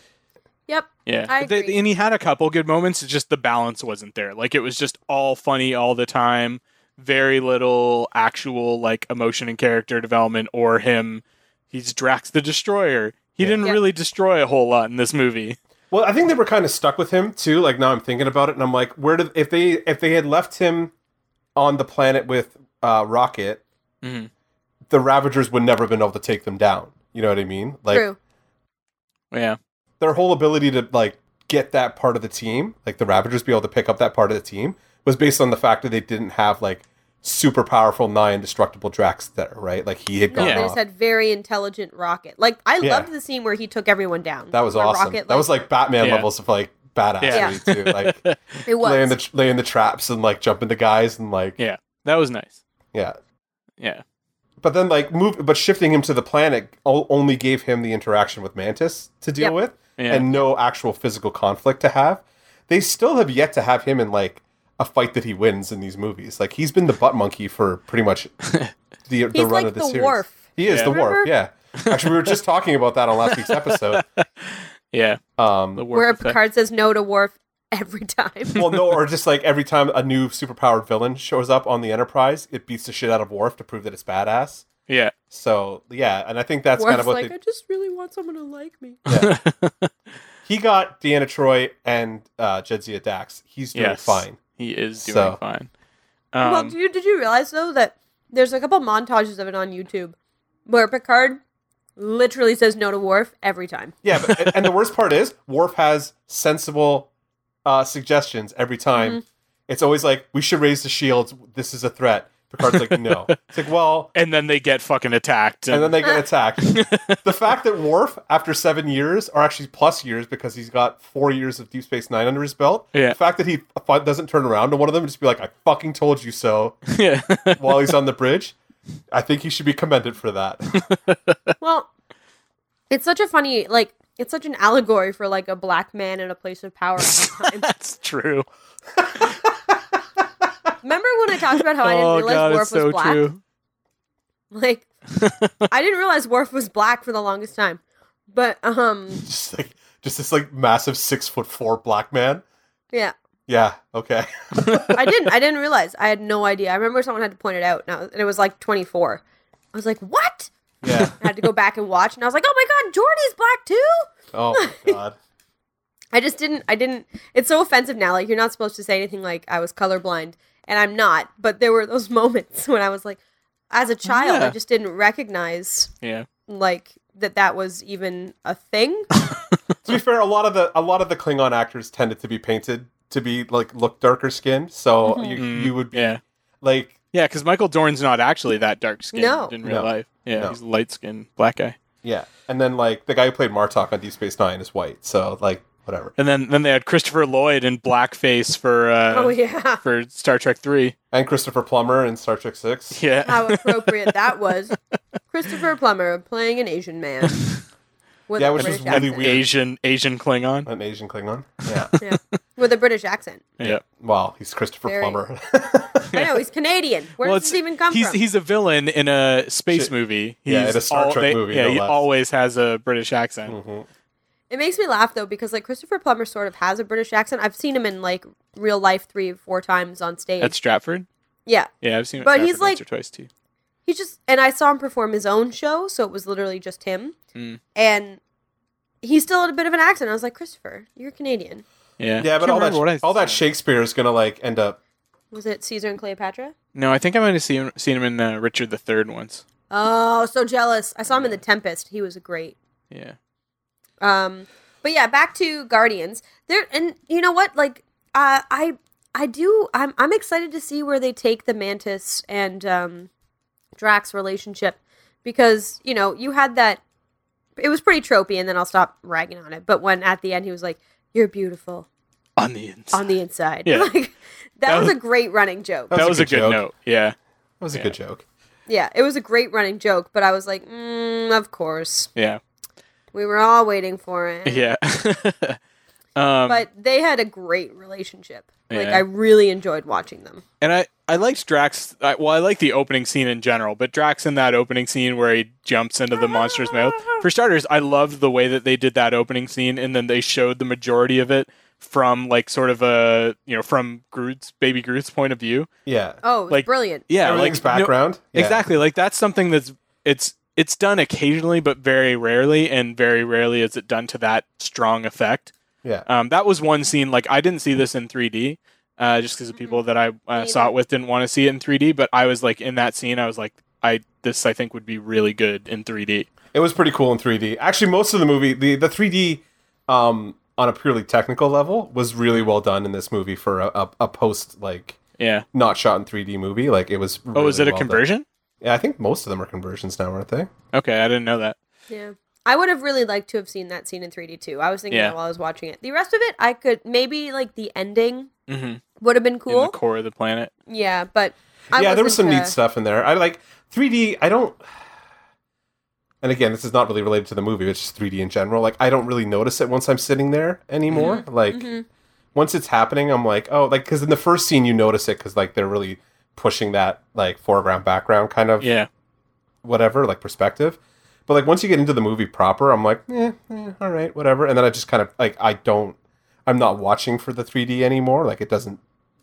Yep.
Yeah,
I
Th-
agree.
and he had a couple good moments. It's just the balance wasn't there. Like it was just all funny all the time, very little actual like emotion and character development or him. He's Drax the Destroyer. He
Yeah.
didn't
Yeah.
really destroy a whole lot in this movie.
Well, I think they were kind of stuck with him too. Like now I'm thinking about it, and I'm like, where did if they if they had left him on the planet with uh, Rocket
Mhm.
the Ravagers would never have been able to take them down. You know what I mean? Like
True.
Yeah,
their whole ability to like get that part of the team, like the Ravagers be able to pick up that part of the team, was based on the fact that they didn't have like super powerful, nigh indestructible Drax there, right? Like he had
No,
gone
Yeah.
they
off.
just had very intelligent Rocket. Like I
Yeah.
loved the scene where he took everyone down.
that was
Where
awesome.
Rocket,
that was like Batman
Yeah.
levels of like badassery too, like
it was.
laying the laying the traps and like jumping the guys and like
Yeah. that was nice.
yeah.
Yeah,
But then like move, but shifting him to the planet o- only gave him the interaction with Mantis to deal
Yep.
with.
yeah,
and no actual physical conflict to have. They still have yet to have him in like a fight that he wins in these movies. Like he's been the butt monkey for pretty much the, the
He's
run
like
of the,
the
series.
Wharf.
He is
Yeah.
the wharf,
Remember?
yeah. Actually, we were just talking about that on last week's episode.
yeah. The
Um,
warp
where
effect.
Picard says no to Worf every time.
well, no, or just like every time a new superpowered villain shows up on the Enterprise, it beats the shit out of Worf to prove that it's badass.
Yeah,
So yeah, and I think that's
Worf's
kind of what
like,
they,
I just really want someone to like me.
he got. Deanna Troy and uh, Jedzia Dax. He's doing
Yes.
fine.
he is doing
So-
fine.
well,
Um,
do you, did you realize though that there's a couple montages of it on YouTube where Picard literally says no to Worf every time.
Yeah, but, and the worst part is Worf has sensible uh, suggestions every time. It's always like, "We should raise the shields. This is a threat." Picard's like, "No." It's like, "Well,"
and then they get fucking attacked.
and then they get attacked. the fact that Worf, after seven years, or actually plus years, because he's got four years of Deep Space Nine under his belt,
Yeah.
the fact that he fu- doesn't turn around to one of them and just be like, "I fucking told you so,"
yeah.
while he's on the bridge. I think he should be commended for that.
Well, it's such a funny like It's such an allegory for like a black man in a place of power. at that time.
That's true.
Remember when I talked about how I didn't
oh
realize
god,
Worf
it's so
was black?
true.
Like, I didn't realize Worf was black for the longest time. But um,
just like just this like massive six foot four black man.
yeah,
Yeah. Okay.
I didn't. I didn't realize. I had no idea. I remember someone had to point it out, and, I was, and it was like 24. I was like, "What?"
Yeah.
I had to go back and watch, and I was like, "Oh my god, Jordy's black too!"
Oh my god.
I just didn't. I didn't. It's so offensive now. Like you're not supposed to say anything like I was colorblind, and I'm not. But there were those moments when I was like, as a child, I
Yeah.
just didn't recognize
Yeah.
like that that was even a thing.
to be fair, a lot of the a lot of the Klingon actors tended to be painted to be like look darker skinned, so
Mhm.
you
Mm,
you would be
Yeah.
like
Yeah, because Michael Dorn's not actually that dark skinned
No.
in real
No.
life. Yeah,
No.
he's a light skinned black guy.
yeah, and then like the guy who played Martok on Deep Space Nine is white, so like whatever.
And then then they had Christopher Lloyd in blackface for uh,
oh yeah,
for Star Trek Three.
And Christopher Plummer in Star Trek Six.
Yeah.
how appropriate that was. Christopher Plummer playing an Asian man. With
Yeah,
a
which is
British
really
accent.
weird.
Asian Asian Klingon.
An Asian Klingon. Yeah.
With a British accent.
Yeah.
wow, he's Christopher
Very.
Plummer.
I know he's Canadian. Where
Well,
does
it's-
this even come
he's
from?
he's a villain in a space
Shit.
movie. He's
Yeah, in a Star Trek movie,
Yeah,
no
he
less.
always has a British accent.
hmm
it makes me laugh though because like Christopher Plummer sort of has a British accent. I've seen him in like real life three, four times on stage.
At Stratford.
yeah,
Yeah, I've seen. it
But
at
he's
Stratford once
like-
or twice too.
he just and I saw him perform his own show, so it was literally just him.
Mm.
And he still had a bit of an accent. I was like, Christopher, you're Canadian.
Yeah.
Yeah, but
Can't
all that
remember what I
all that
said.
Shakespeare is gonna like end up.
Was it Caesar and Cleopatra?
No, I think I might have seen him, seen him in uh, Richard the Third once.
Oh, so jealous. I saw him in The Tempest. He was great.
Yeah.
Um, but yeah, back to Guardians. There and you know what? Like, uh, I I do. I'm I'm excited to see where they take the Mantis and um, Drax relationship because you know you had that. It was pretty tropey, and then I'll stop ragging on it. But when at the end he was like, "You're beautiful
On the inside.
on the inside,"
Yeah.
like, that,
That
was,
was- Oh.
a great running joke.
That
that was a good
joke.
note. Yeah.
That was a
Yeah.
good joke.
yeah, it was a great running joke. But I was like, mm, "Of course,
Yeah.
we were all waiting for it."
Yeah. um,
but they had a great relationship. Like
Yeah.
I really enjoyed watching them.
and I, I liked Drax. I, well, I like the opening scene in general, but Drax in that opening scene where he jumps into the monster's mouth. For starters, I loved the way that they did that opening scene, and then they showed the majority of it from like sort of a you know from Groot's baby Groot's point of view.
Yeah.
Oh, it was
Like-
brilliant.
Yeah,
Everything's
like no-
background. Yeah.
Exactly. Like that's something that's it's it's done occasionally, but very rarely, and very rarely is it done to that strong effect.
Yeah.
Um, that was one scene. Like I didn't see this in 3D, uh, just because the people that I uh,
Mm-hmm. Me
saw
either.
it with didn't want to see it in 3D. But I was like in that scene, I was like, I this I think would be really good in 3D.
It was pretty cool in 3D. Actually, most of the movie, the the 3D um, on a purely technical level, was really well done in this movie for a, a, a post like
Yeah.
not shot in 3D movie. Like it was.
Oh, is it a
really well done.
conversion?
Yeah, I think most of them are conversions now, aren't they?
Okay, I didn't know that.
Yeah. I would have really liked to have seen that scene in 3D too. I was thinking
Yeah.
that while I was watching it. The rest of it, I could maybe like the ending
Mm-hmm.
would have been
In the
cool.
core of the planet.
yeah, but I
yeah, there was some
wasn't, uh,
neat stuff in there. I like 3D. I don't. And again, this is not really related to the movie. It's just 3D in general. Like I don't really notice it once I'm sitting there anymore. Like
mhm.
once it's happening, I'm like, oh, like because in the first scene you notice it because like they're really pushing that like foreground background kind of
Yeah.
whatever like perspective but like once you get into the movie proper i'm like eh, eh, all right whatever and then i just kind of like i don't i'm not watching for the 3d anymore like it doesn't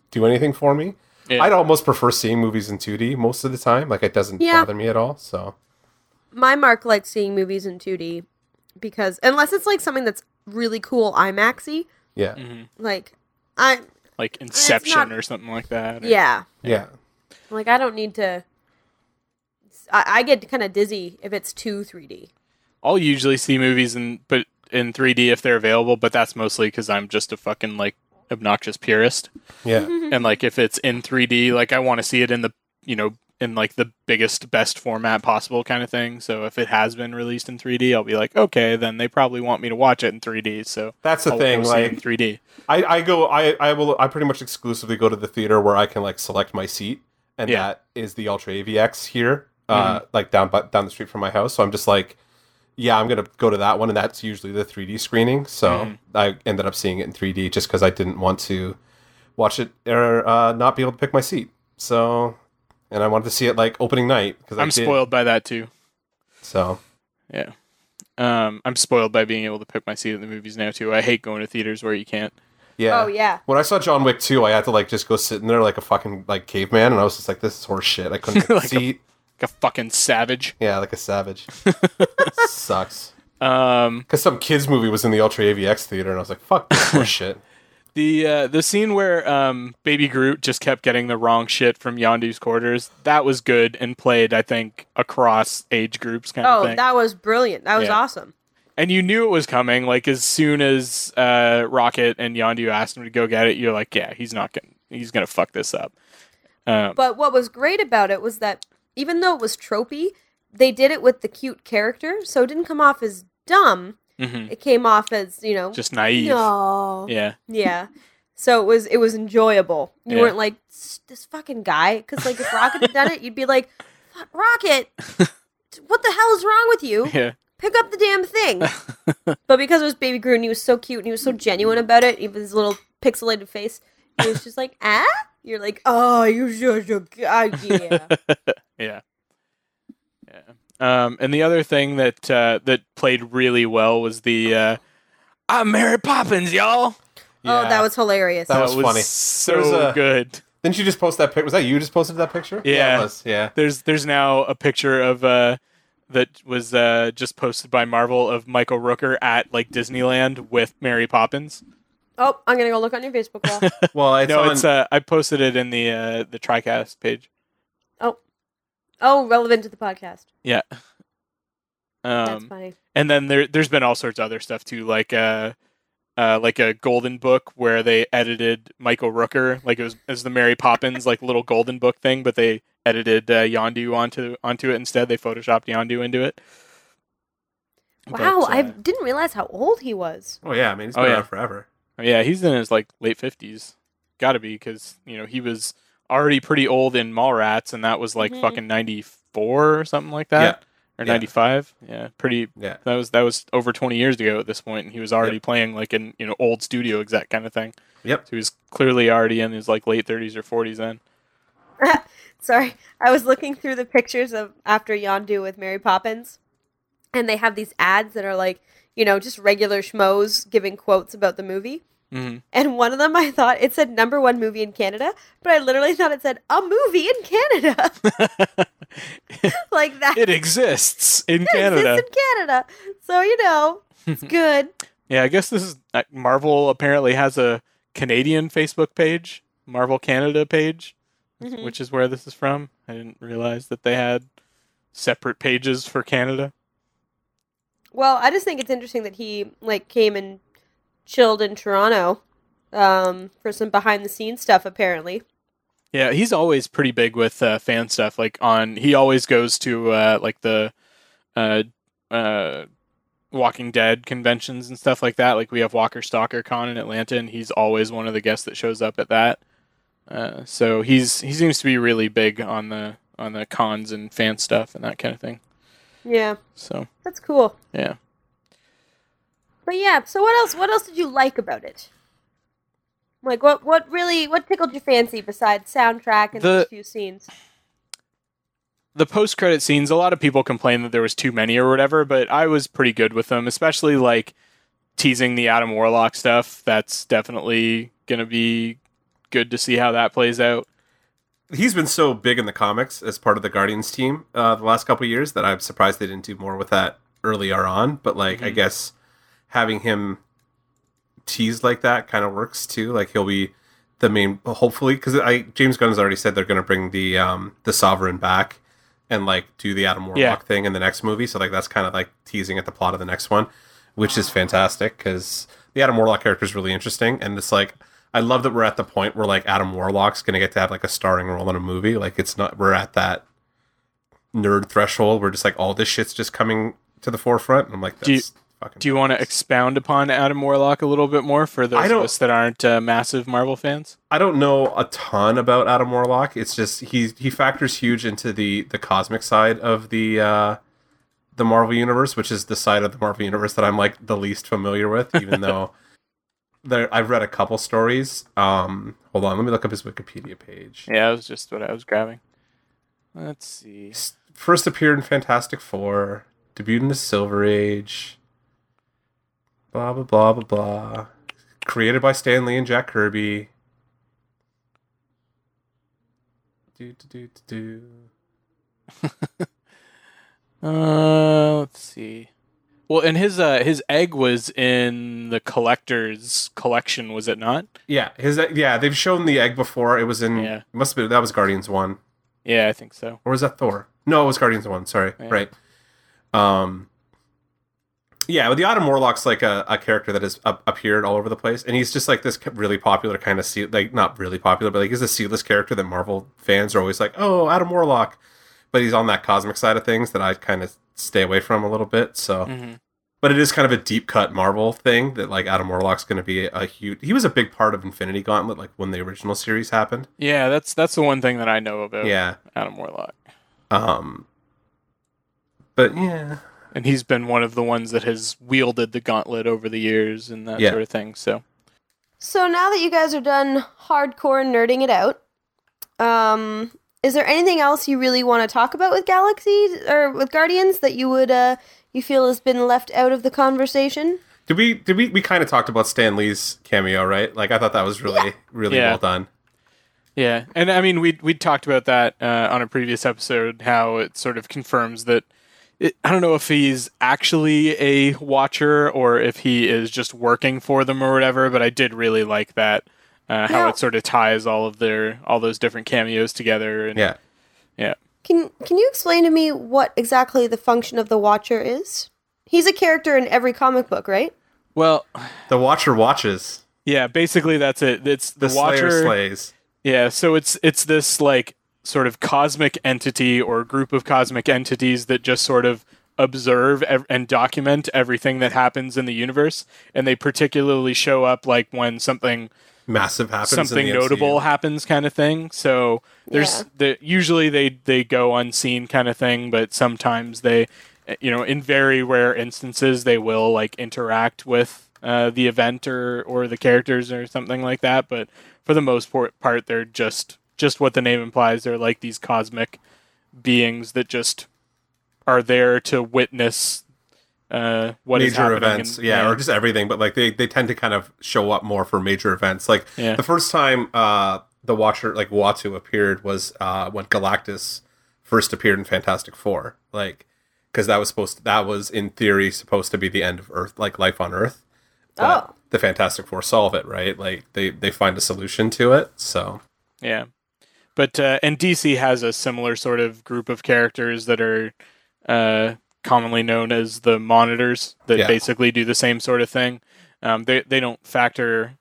do anything for me
Yeah.
i'd almost prefer seeing movies in 2d most of the time like it doesn't
Yeah.
bother me at all so
My mark likes seeing movies in 2D because unless it's like something that's really cool IMAXy,
yeah
Mhm.
like I
Like Inception
not-
or something like that. or-
yeah,
yeah
like I don't need to. I, I get kind of dizzy if it's too 3D.
I'll usually see movies in but in 3D if they're available, but that's mostly because I'm just a fucking like obnoxious purist.
yeah
And like if it's in 3D, like I want to see it in the you know in like the biggest best format possible kind of thing. So if it has been released in 3D, I'll be like, okay, then they probably want me to watch it in 3D. So
that's the
I'll
thing
go Oh, see it in
like
3D.
I, I go I, I will i pretty much exclusively go to the theater where i can like select my seat and
Yeah. Mm-hmm.
that is the ultra avx here uh like down by, down the street from my house so i'm just like yeah, I'm gonna go to that one, and that's usually the 3D screening. So
Mhm.
I ended up seeing it in 3D just because I didn't want to watch it or uh, not be able to pick my seat. So, and I wanted to see it like opening night because
I'm spoiled by that too.
So
Um, I'm spoiled by being able to pick my seat at the movies now too. I hate going to theaters where you can't.
yeah.
Oh yeah.
When I saw John Wick 2, I had to like just go sit in there like a fucking like caveman, and I was just like, "This is horse shit." I couldn't
Like a-
see.
Like a fucking savage.
Yeah, like a savage. Sucks.
Um,
Because some kids movie was in the Ultra AVX theater, and I was like, "Fuck this horse shit."
the uh, the scene where um, Baby Groot just kept getting the wrong shit from Yondu's quarters that was good and played I think across age groups kind of
Oh,
thing.
that was brilliant. That was
Yeah.
awesome.
and you knew it was coming. Like as soon as uh, Rocket and Yondu asked him to go get it, you're like, yeah, he's not gonna he's gonna fuck this up. Um,
But what was great about it was that even though it was tropey, they did it with the cute character, so it didn't come off as dumb.
mhm.
It came off as you know,
Just naive.
no, yeah.
Yeah.
So it was it was enjoyable. You
Yeah.
weren't like "S- this fucking guy, because like if Rocket had done it, you'd be like, "Fuck, Rocket, what the hell is wrong with you?
Yeah.
Pick up the damn thing. but because it was Baby Groot and he was so cute and he was so genuine about it, even his little pixelated face, he was just like, ah? You're like, oh, you should, ah, yeah.
yeah. Yeah. Um, and the other thing that uh, that played really well was the uh, I'm Mary Poppins, y'all.
Oh,
Yeah.
that was hilarious.
That was funny.
So
There's a-
good.
Didn't you just post that pic? Was that you just posted that picture?
Yeah.
it was. Yeah.
There's there's now a picture of uh, that was uh, just posted by Marvel of Michael Rooker at like Disneyland with Mary Poppins.
oh, I'm going to go look on your Facebook wall.
Well, it's
no,
on.
it's uh, I posted it in the uh, the TriCast page.
oh, relevant to the podcast.
Yeah.
That's
Um,
funny.
and then there there's been all sorts of other stuff too like uh uh, like a golden book where they edited Michael Rooker, like it was, it was the Mary Poppins like little golden book thing, but they edited uh, Yondu onto onto it instead. They photoshopped Yondu into it. But,
Wow, I
uh,
didn't realize how old he was.
oh yeah, I mean, it's
Oh,
been
yeah.
around forever.
yeah, he's in his like late fifties, got to be because you know he was already pretty old in Mallrats, and that was like
Mhm.
fucking ninety four or something like that, or
Yeah.
ninety five. Yeah, pretty
Yeah.
That was that was over 20 years ago at this point, and he was already playing like an you know old studio exec kind of thing.
Yep.
So he was clearly already in his like late 30s or 40s then.
Sorry, I was looking through the pictures of after Yondu with Mary Poppins, and they have these ads that are like, you know, just regular schmoes giving quotes about the movie.
Mm-hmm.
And one of them, I thought it said number one movie in Canada, but I literally thought it said a movie in Canada, like that.
it exists in
exists
Canada.
in Canada, so you know it's good.
Yeah, I guess this is uh, Marvel. Apparently has a Canadian Facebook page, Marvel Canada page,
Mhm.
which is where this is from. I didn't realize that they had separate pages for Canada.
Well, I just think it's interesting that he like came and chilled in Toronto um, for some behind the scenes stuff. Apparently,
Yeah, he's always pretty big with uh, fan stuff. Like on, he always goes to uh, like the uh, uh, Walking Dead conventions and stuff like that. Like we have Walker Stalker Con in Atlanta, and he's always one of the guests that shows up at that. Uh, so he's he seems to be really big on the on the cons and fan stuff and that kind of thing.
yeah,
So
that's cool.
yeah,
But yeah, so what else? What else did you like about it? Like what? What really? What tickled your fancy besides soundtrack and
The-
those few scenes?
the post credit scenes. A lot of people complained that there was too many or whatever, but I was pretty good with them, especially like teasing the Adam Warlock stuff. That's definitely gonna be good to see how that plays out.
He's been so big in the comics as part of the Guardians team uh, the last couple of years that I'm surprised they didn't do more with that earlier on. But like, I
Mhm.
guess having him teased like that kind of works too. Like he'll be the main, hopefully, because I James Gunn's already said they're going to bring the um, the Sovereign back and like do the Adam Warlock
Yeah.
thing in the next movie. So like that's kind of like teasing at the plot of the next one, which is fantastic because the Adam Warlock character is really interesting and it's like I love that we're at the point where like Adam Warlock's going to get to have like a starring role in a movie. Like it's not we're at that nerd threshold where just like all this shit's just coming to the forefront. And I'm like, that's
Do you-
fucking.
Do you want to expound upon Adam Warlock a little bit more for those
I
of
don't-
us that aren't uh, massive Marvel fans?
I don't know a ton about Adam Warlock. It's just he he factors huge into the the cosmic side of the uh the Marvel universe, which is the side of the Marvel universe that I'm like the least familiar with, even though there I've read a couple stories. Um, hold on, let me look up his Wikipedia page.
Yeah, that was just what I was grabbing. Let's see.
S- First appeared in Fantastic Four, debuted in the Silver Age. Blah blah blah blah blah. Created by Stan Lee and Jack Kirby. Do do do do. do.
Uh, let's see. Well, and his uh his egg was in the collector's collection, was it not?
Yeah, his yeah. They've shown the egg before. It was in
Yeah.
must have been that was Guardians one.
Yeah, I think so.
or was that Thor? No, it was Guardians One. Sorry,
Yeah.
right. Um, yeah, but the Autumn Warlock's like a, a character that has up, appeared all over the place, and he's just like this really popular kind of sea, like not really popular, but like he's a seedless character that Marvel fans are always like, oh, Adam Warlock, but he's on that cosmic side of things that I kind of stay away from a little bit. So,
hmm
but it is kind of a deep cut Marvel thing that like Adam Warlock's going to be a huge. He was a big part of Infinity Gauntlet, like when the original series happened.
Yeah, that's that's the one thing that I know about
Yeah.
Adam Warlock.
Um. But yeah.
And he's been one of the ones that has wielded the gauntlet over the years and that
Yeah.
sort of thing. So
So now that you guys are done hardcore nerding it out, um, is there anything else you really want to talk about with Galaxy or with Guardians that you would uh you feel has been left out of the conversation?
Did we did we we kind of talked about Stan Lee's cameo, right? Like I thought that was really really
Yeah.
well done.
Yeah, and I mean we we talked about that uh, on a previous episode how it sort of confirms that it, I don't know if he's actually a watcher or if he is just working for them or whatever, but I did really like that uh, how
Yeah.
it sort of ties all of their all those different cameos together and
Yeah.
Can can you explain to me what exactly the function of the Watcher is? He's a character in every comic book, right?
well
The Watcher watches.
yeah basically that's it it's
The,
the, watcher
Slayer slays.
Yeah, so it's it's this like sort of cosmic entity or group of cosmic entities that just sort of observe ev- and document everything that happens in the universe and they particularly show up like when something
Massive happens.
something
in the MCU.
notable happens kind of thing. So there's the usually they they go unseen kind of thing, but sometimes they you know in very rare instances they will like interact with uh, the event or or the characters or something like that. But for the most por- part, they're just just what the name implies. They're like these cosmic beings that just are there to witness uh, what is
major
happening.
events,
in-
yeah, or just everything. But like they they tend to kind of show up more for major events. Like
Yeah.
the first time uh the Watcher like Watu appeared was uh when Galactus first appeared in Fantastic Four. Like because that was supposed that was in theory supposed to be the end of Earth, like life on Earth. But
Oh.
the Fantastic Four solve it, right? Like they they find a solution to it. So
Yeah. But uh, and DC has a similar sort of group of characters that are uh, commonly known as the monitors that
Yeah.
basically do the same sort of thing. Um, they they don't factor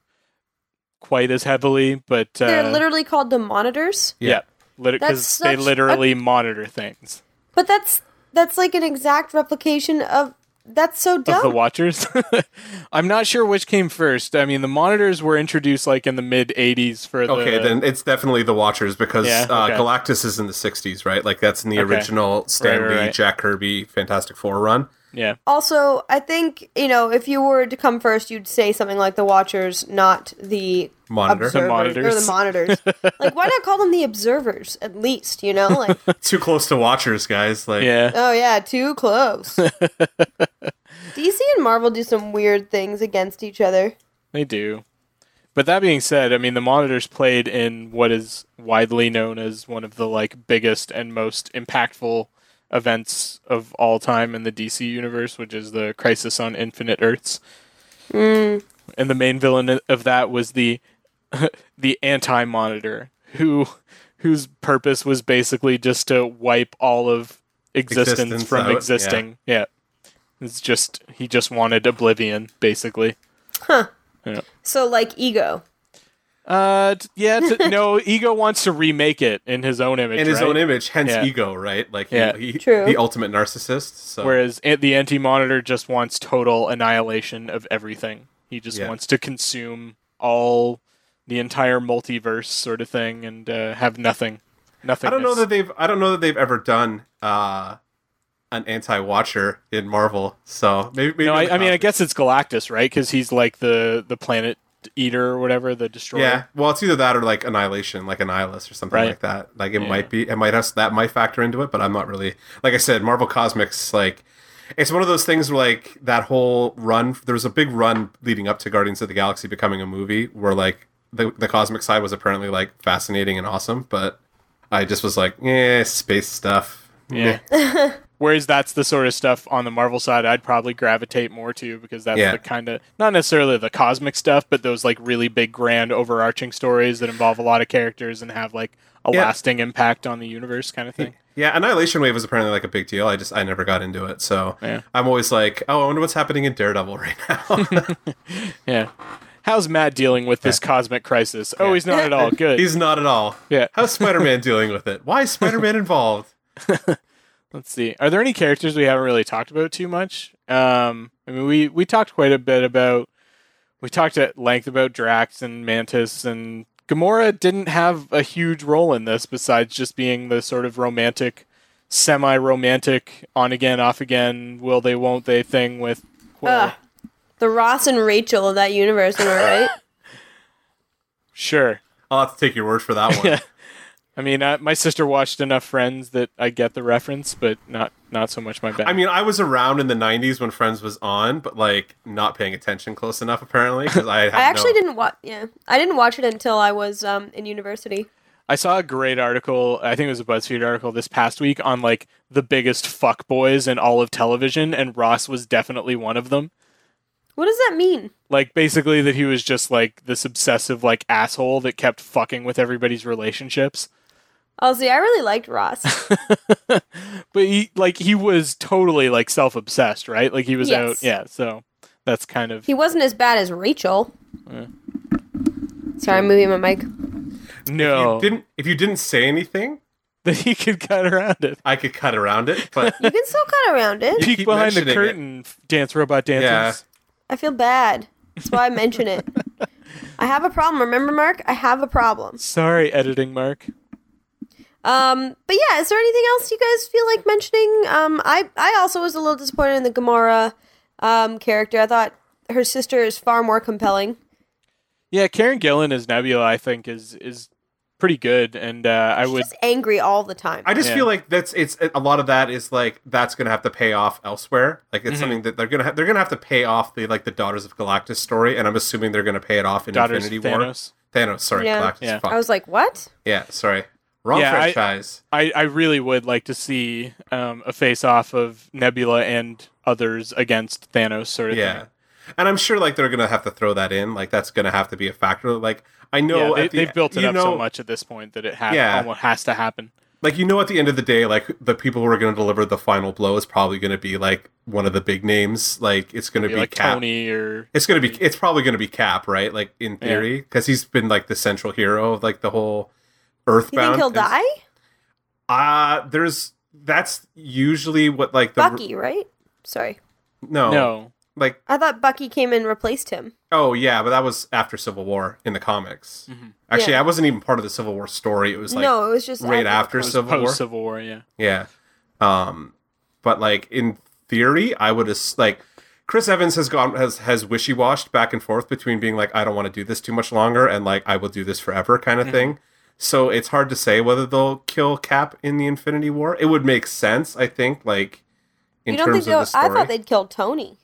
quite as heavily, but
They're
uh,
literally called the Monitors.
yeah,
That's
because they
such a-
literally monitor things
But that's that's like an exact replication of that's so
of the
dumb.
Watchers. I'm not sure which came first. I mean, the monitors were introduced like in the mid '80s for the
okay, then it's definitely the Watchers because
Uh, Yeah, okay.
uh, Galactus is in the '60s, right? Like that's in the
Okay.
original Stan
Right, right,
Lee,
right.
Jack Kirby, Fantastic Four run.
yeah.
also, I think, you know, if you were to come first, you'd say something like the Watchers, not the
Monitor.
observers-
monitors.
or the monitors. like, why not call them the observers at least? You know, like,
Too close to Watchers, guys. Like
Yeah.
oh yeah, too close. DC and Marvel do some weird things against each other.
They do. But that being said, I mean the monitors played in what is widely known as one of the like biggest and most impactful events of all time in the DC universe, which is the Crisis on Infinite Earths. And the main villain of that was the the anti-monitor who whose purpose was basically just to wipe all of existence,
Existence
from
out, yeah.
existing. yeah. It's just he just wanted oblivion basically.
So, like, ego.
Uh, t- yeah, t- no, Ego wants to remake it in his own image.
in his
right?
own image, hence
Yeah.
ego, right? Like he,
Yeah.
he,
True.
the ultimate narcissist. So
Whereas a- the Anti Monitor just wants total annihilation of everything. He just
Yeah.
wants to consume all the entire multiverse, sort of thing, and uh, have nothing. Nothing.
I don't know that they've I don't know that they've ever done uh an anti-watcher in Marvel. So maybe, maybe
no,
on
I,
the
I mean, I
cosmic-
guess it's Galactus, right? Because he's like the the planet eater or whatever, the destroyer.
Yeah, well, it's either that or like Annihilation, like Annihilus or something
Right.
like that. Like it
Yeah.
might be, it might have that might factor into it, but I'm not really like I said, Marvel Cosmics. Like it's one of those things where like that whole run. There was a big run leading up to Guardians of the Galaxy becoming a movie, where like the the cosmic side was apparently like fascinating and awesome, but I just was like, yeah, space stuff.
Yeah. Whereas that's the sort of stuff on the Marvel side I'd probably gravitate more to because that's
Yeah.
the kind of not necessarily the cosmic stuff, but those like really big, grand, overarching stories that involve a lot of characters and have like a
Yeah.
lasting impact on the universe, kind of thing.
Yeah, Annihilation Wave was apparently like a big deal. I just I never got into it, so
Yeah.
I'm always like, oh, I wonder what's happening in Daredevil right now.
Yeah. How's Matt dealing with this cosmic crisis? Oh, he's not at all good.
He's not at all.
Yeah.
How's Spider Man dealing with it? Why is Spider Man involved?
Let's see. Are there any characters we haven't really talked about too much? Um, I mean, we we talked quite a bit about. We talked at length about Drax and Mantis and Gamora didn't have a huge role in this besides just being the sort of romantic, semi-romantic, on again, off again, will they, won't they thing with. Quill.
Ugh. The Ross and Rachel of that universe, am I right?
Sure.
I'll have to take your word for that one.
Yeah. I mean, I, my sister watched enough Friends that I get the reference, but not not so much my bad.
I mean, I was around in the '90s when Friends was on, but like not paying attention close enough apparently because I had
I actually
no-
didn't watch. Yeah, I didn't watch it until I was um, in university.
I saw a great article. I think it was a BuzzFeed article this past week on like the biggest fuckboys in all of television, and Ross was definitely one of them.
What does that mean?
Like basically that he was just like this obsessive like asshole that kept fucking with everybody's relationships.
Oh, see, I really liked Ross.
but he like he was totally like self obsessed, right? Like he was
Yes.
out. Yeah, so that's kind of
he wasn't as bad as Rachel.
Yeah.
Sorry, I'm moving my mic.
no
If you didn't if you didn't say anything,
that he could cut around it.
I could cut around it. But
You can still cut around it.
Peek
keep
behind the
mentioning it.
curtain, dance robot dances.
I feel bad. That's why I mention it. I have a problem. Remember, Mark? I have a problem.
Sorry, editing Mark.
Um, but yeah, is there anything else you guys feel like mentioning? Um, I I also was a little disappointed in the Gamora um, character. I thought her sister is far more compelling.
Yeah, Karen Gillan as Nebula, I think, is is pretty good, and uh, I would.
Just angry all the time.
I just
Yeah.
feel like that's it's a lot of that is like that's gonna have to pay off elsewhere. Like it's
Mhm.
something that they're gonna ha- they're gonna have to pay off the like the Daughters of Galactus story, and I'm assuming they're gonna pay it off in
Daughters of
Infinity War.
Thanos.
Thanos, sorry,
Yeah.
Galactus.
Yeah.
Fuck.
I was like, what?
Yeah, sorry. Wrong
Yeah, I-
franchise.
I, I really would like to see um, a face off of Nebula and others against Thanos, sort of
yeah.
thing.
And I'm sure like they're gonna have to throw that in. Like that's gonna have to be a factor. Like I know
yeah, they,
at the-
they've built it
you
up
know-
so much at this point that it ha-
Yeah.
almost has to happen.
Like you know at the end of the day, like the people who are gonna deliver the final blow is probably gonna be like one of the big names. Like it's gonna
Maybe
be
like
Cap.
Tony or
It's gonna be it's probably gonna be Cap, right? Like in
Yeah.
theory. Because he's been like the central hero of like the whole
You think
Earthbound.
he'll die?
Uh there's that's usually what like the
Bucky, right? Sorry,
No.
no.
Like
I thought Bucky came and replaced him.
Oh yeah, but that was after Civil War in the comics.
Mhm.
Actually,
Yeah.
I wasn't even part of the Civil War story. It was like
no, it was just
right after
It was
Civil War.
post Civil War, yeah.
Yeah. Um, but like in theory, I would as like Chris Evans has gone has has wishy washed back and forth between being like I don't want to do this too much longer and like I will do this forever kind of thing. So it's hard to say whether they'll kill Cap in the Infinity War. It would make sense, I think. Like in
You don't think
terms of
they'll?
the story,
I thought they'd kill Tony.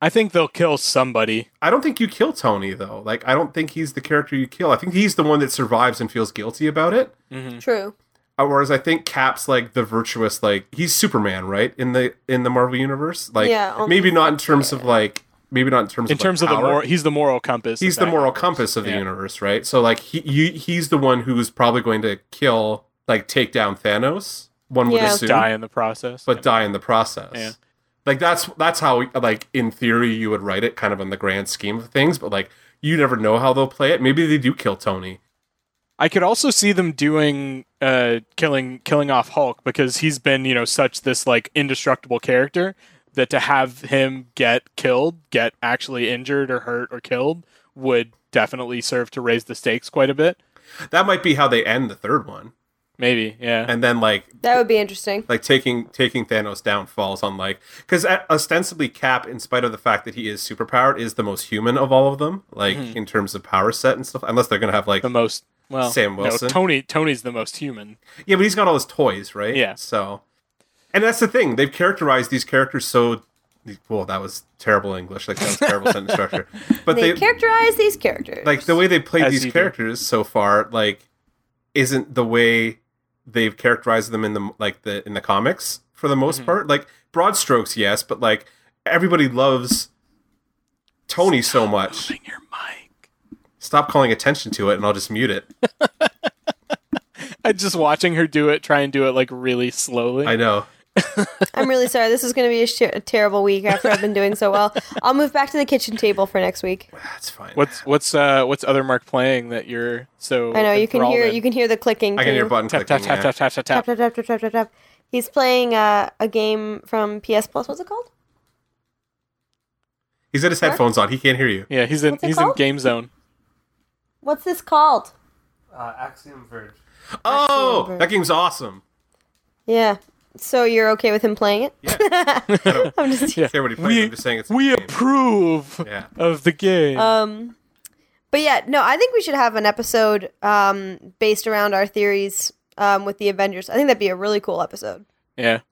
I think they'll kill somebody.
I don't think you kill Tony though. Like I don't think he's the character you kill. I think he's the one that survives and feels guilty about it.
hmm
True.
Uh, Whereas I think Cap's like the virtuous, like he's Superman, right? In the in the Marvel universe, like
Yeah, only-
maybe not in terms of like maybe not in terms
In
of
terms
like,
of the
power.
moral, he's the moral compass.
he's
of
the
that
moral
universe.
compass of the
Yeah.
universe, right? So like he you, he's the one who's probably going to kill, like take down Thanos. One would
Yeah.
assume,
Die in the process.
but die in the process.
Yeah.
Like that's that's how like in theory you would write it, kind of in the grand scheme of things, but like you never know how they'll play it. Maybe they do kill Tony.
I could also see them doing uh killing killing off Hulk because he's been, you know, such this like indestructible character that to have him get killed, get actually injured or hurt or killed would definitely serve to raise the stakes quite a bit.
That might be how they end the third one.
Maybe, yeah.
and then like
That would be interesting.
like taking taking Thanos down falls on like because ostensibly Cap, in spite of the fact that he is superpowered, is the most human of all of them, like
Mhm.
in terms of power set and stuff. Unless they're gonna have like
The most well,
Sam
no,
Wilson.
Tony Tony's the most human.
yeah, but he's got all his toys, right?
Yeah.
So, and that's the thing they've characterized these characters so. Well, that was terrible English. Like that was terrible sentence structure. But
They,
they
characterize these characters.
like the way they played
As
these
you do.
characters so far like isn't the way they've characterized them in the like the in the comics for the
Mm-hmm.
most part like broad strokes yes but like everybody loves tony so much
Moving your mic.
stop calling attention to it and i'll just mute it
I just watching her do it, try and do it like really slowly.
i know
I'm really sorry. This is going to be a, sh- a terrible week after I've been doing so well. I'll move back to the kitchen table for next week.
that's fine
What's what's uh what's other Mark playing that you're so
I know you can
enthralled
hear
in?
you can hear the clicking.
i can hear
too.
button
tap
clicking
tap tap,
yeah.
tap tap tap
Tap
tap.
tap tap tap tap tap. tap. He's playing uh, a game from PS Plus. What's it called?
he's got his headphones on he can't hear you
Yeah, he's in
What's it
he's in
called?
game zone.
What's this called?
Uh, Axiom Verge.
oh
Excellent.
that game's awesome
Yeah. So you're okay with him playing it? I'm just
I care what he plays i'm just saying it's a
we
good game.
approve
Yeah.
of the game.
Um, but yeah, no, I think we should have an episode um, based around our theories um, with the Avengers. I think that'd be a really cool episode.
yeah.
'Cause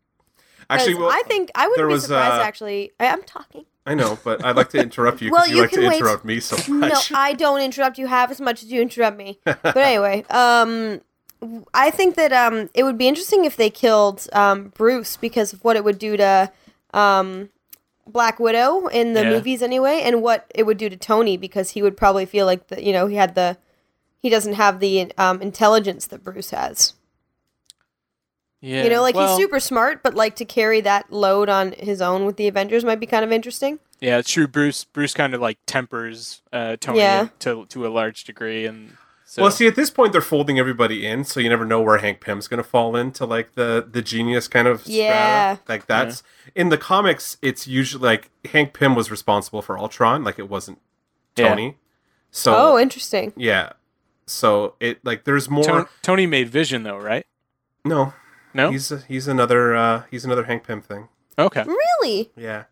actually well,
I think I wouldn't
there
be
was,
surprised.
uh,
actually, I, I'm talking.
i know but i'd like to interrupt you because
Well,
you,
you
like to
can wait.
interrupt me so
No,
much
I don't interrupt you half as much as you interrupt me. But anyway, um, w- I think that um, it would be interesting if they killed um, Bruce because of what it would do to um, Black Widow in the
Yeah.
movies anyway, and what it would do to Tony because he would probably feel like that you know he had the he doesn't have the um, intelligence that Bruce has.
Yeah.
you know, like
well,
he's super smart, but like to carry that load on his own with the Avengers might be kind of interesting.
Yeah, it's true. Bruce Bruce kind of like tempers uh, Tony
Yeah.
to to a large degree, and so
Well, see, at this point, they're folding everybody in, so you never know where Hank Pym's going to fall into, like the the genius kind of strata.
Yeah.
Like that's in the comics, it's usually like Hank Pym was responsible for Ultron, like it wasn't
Yeah.
Tony. So
Oh, interesting.
yeah, so it like there's more.
Ton- Tony made Vision though, right?
no,
No.
he's he's another uh he's another Hank Pym thing.
okay.
Really?
Yeah,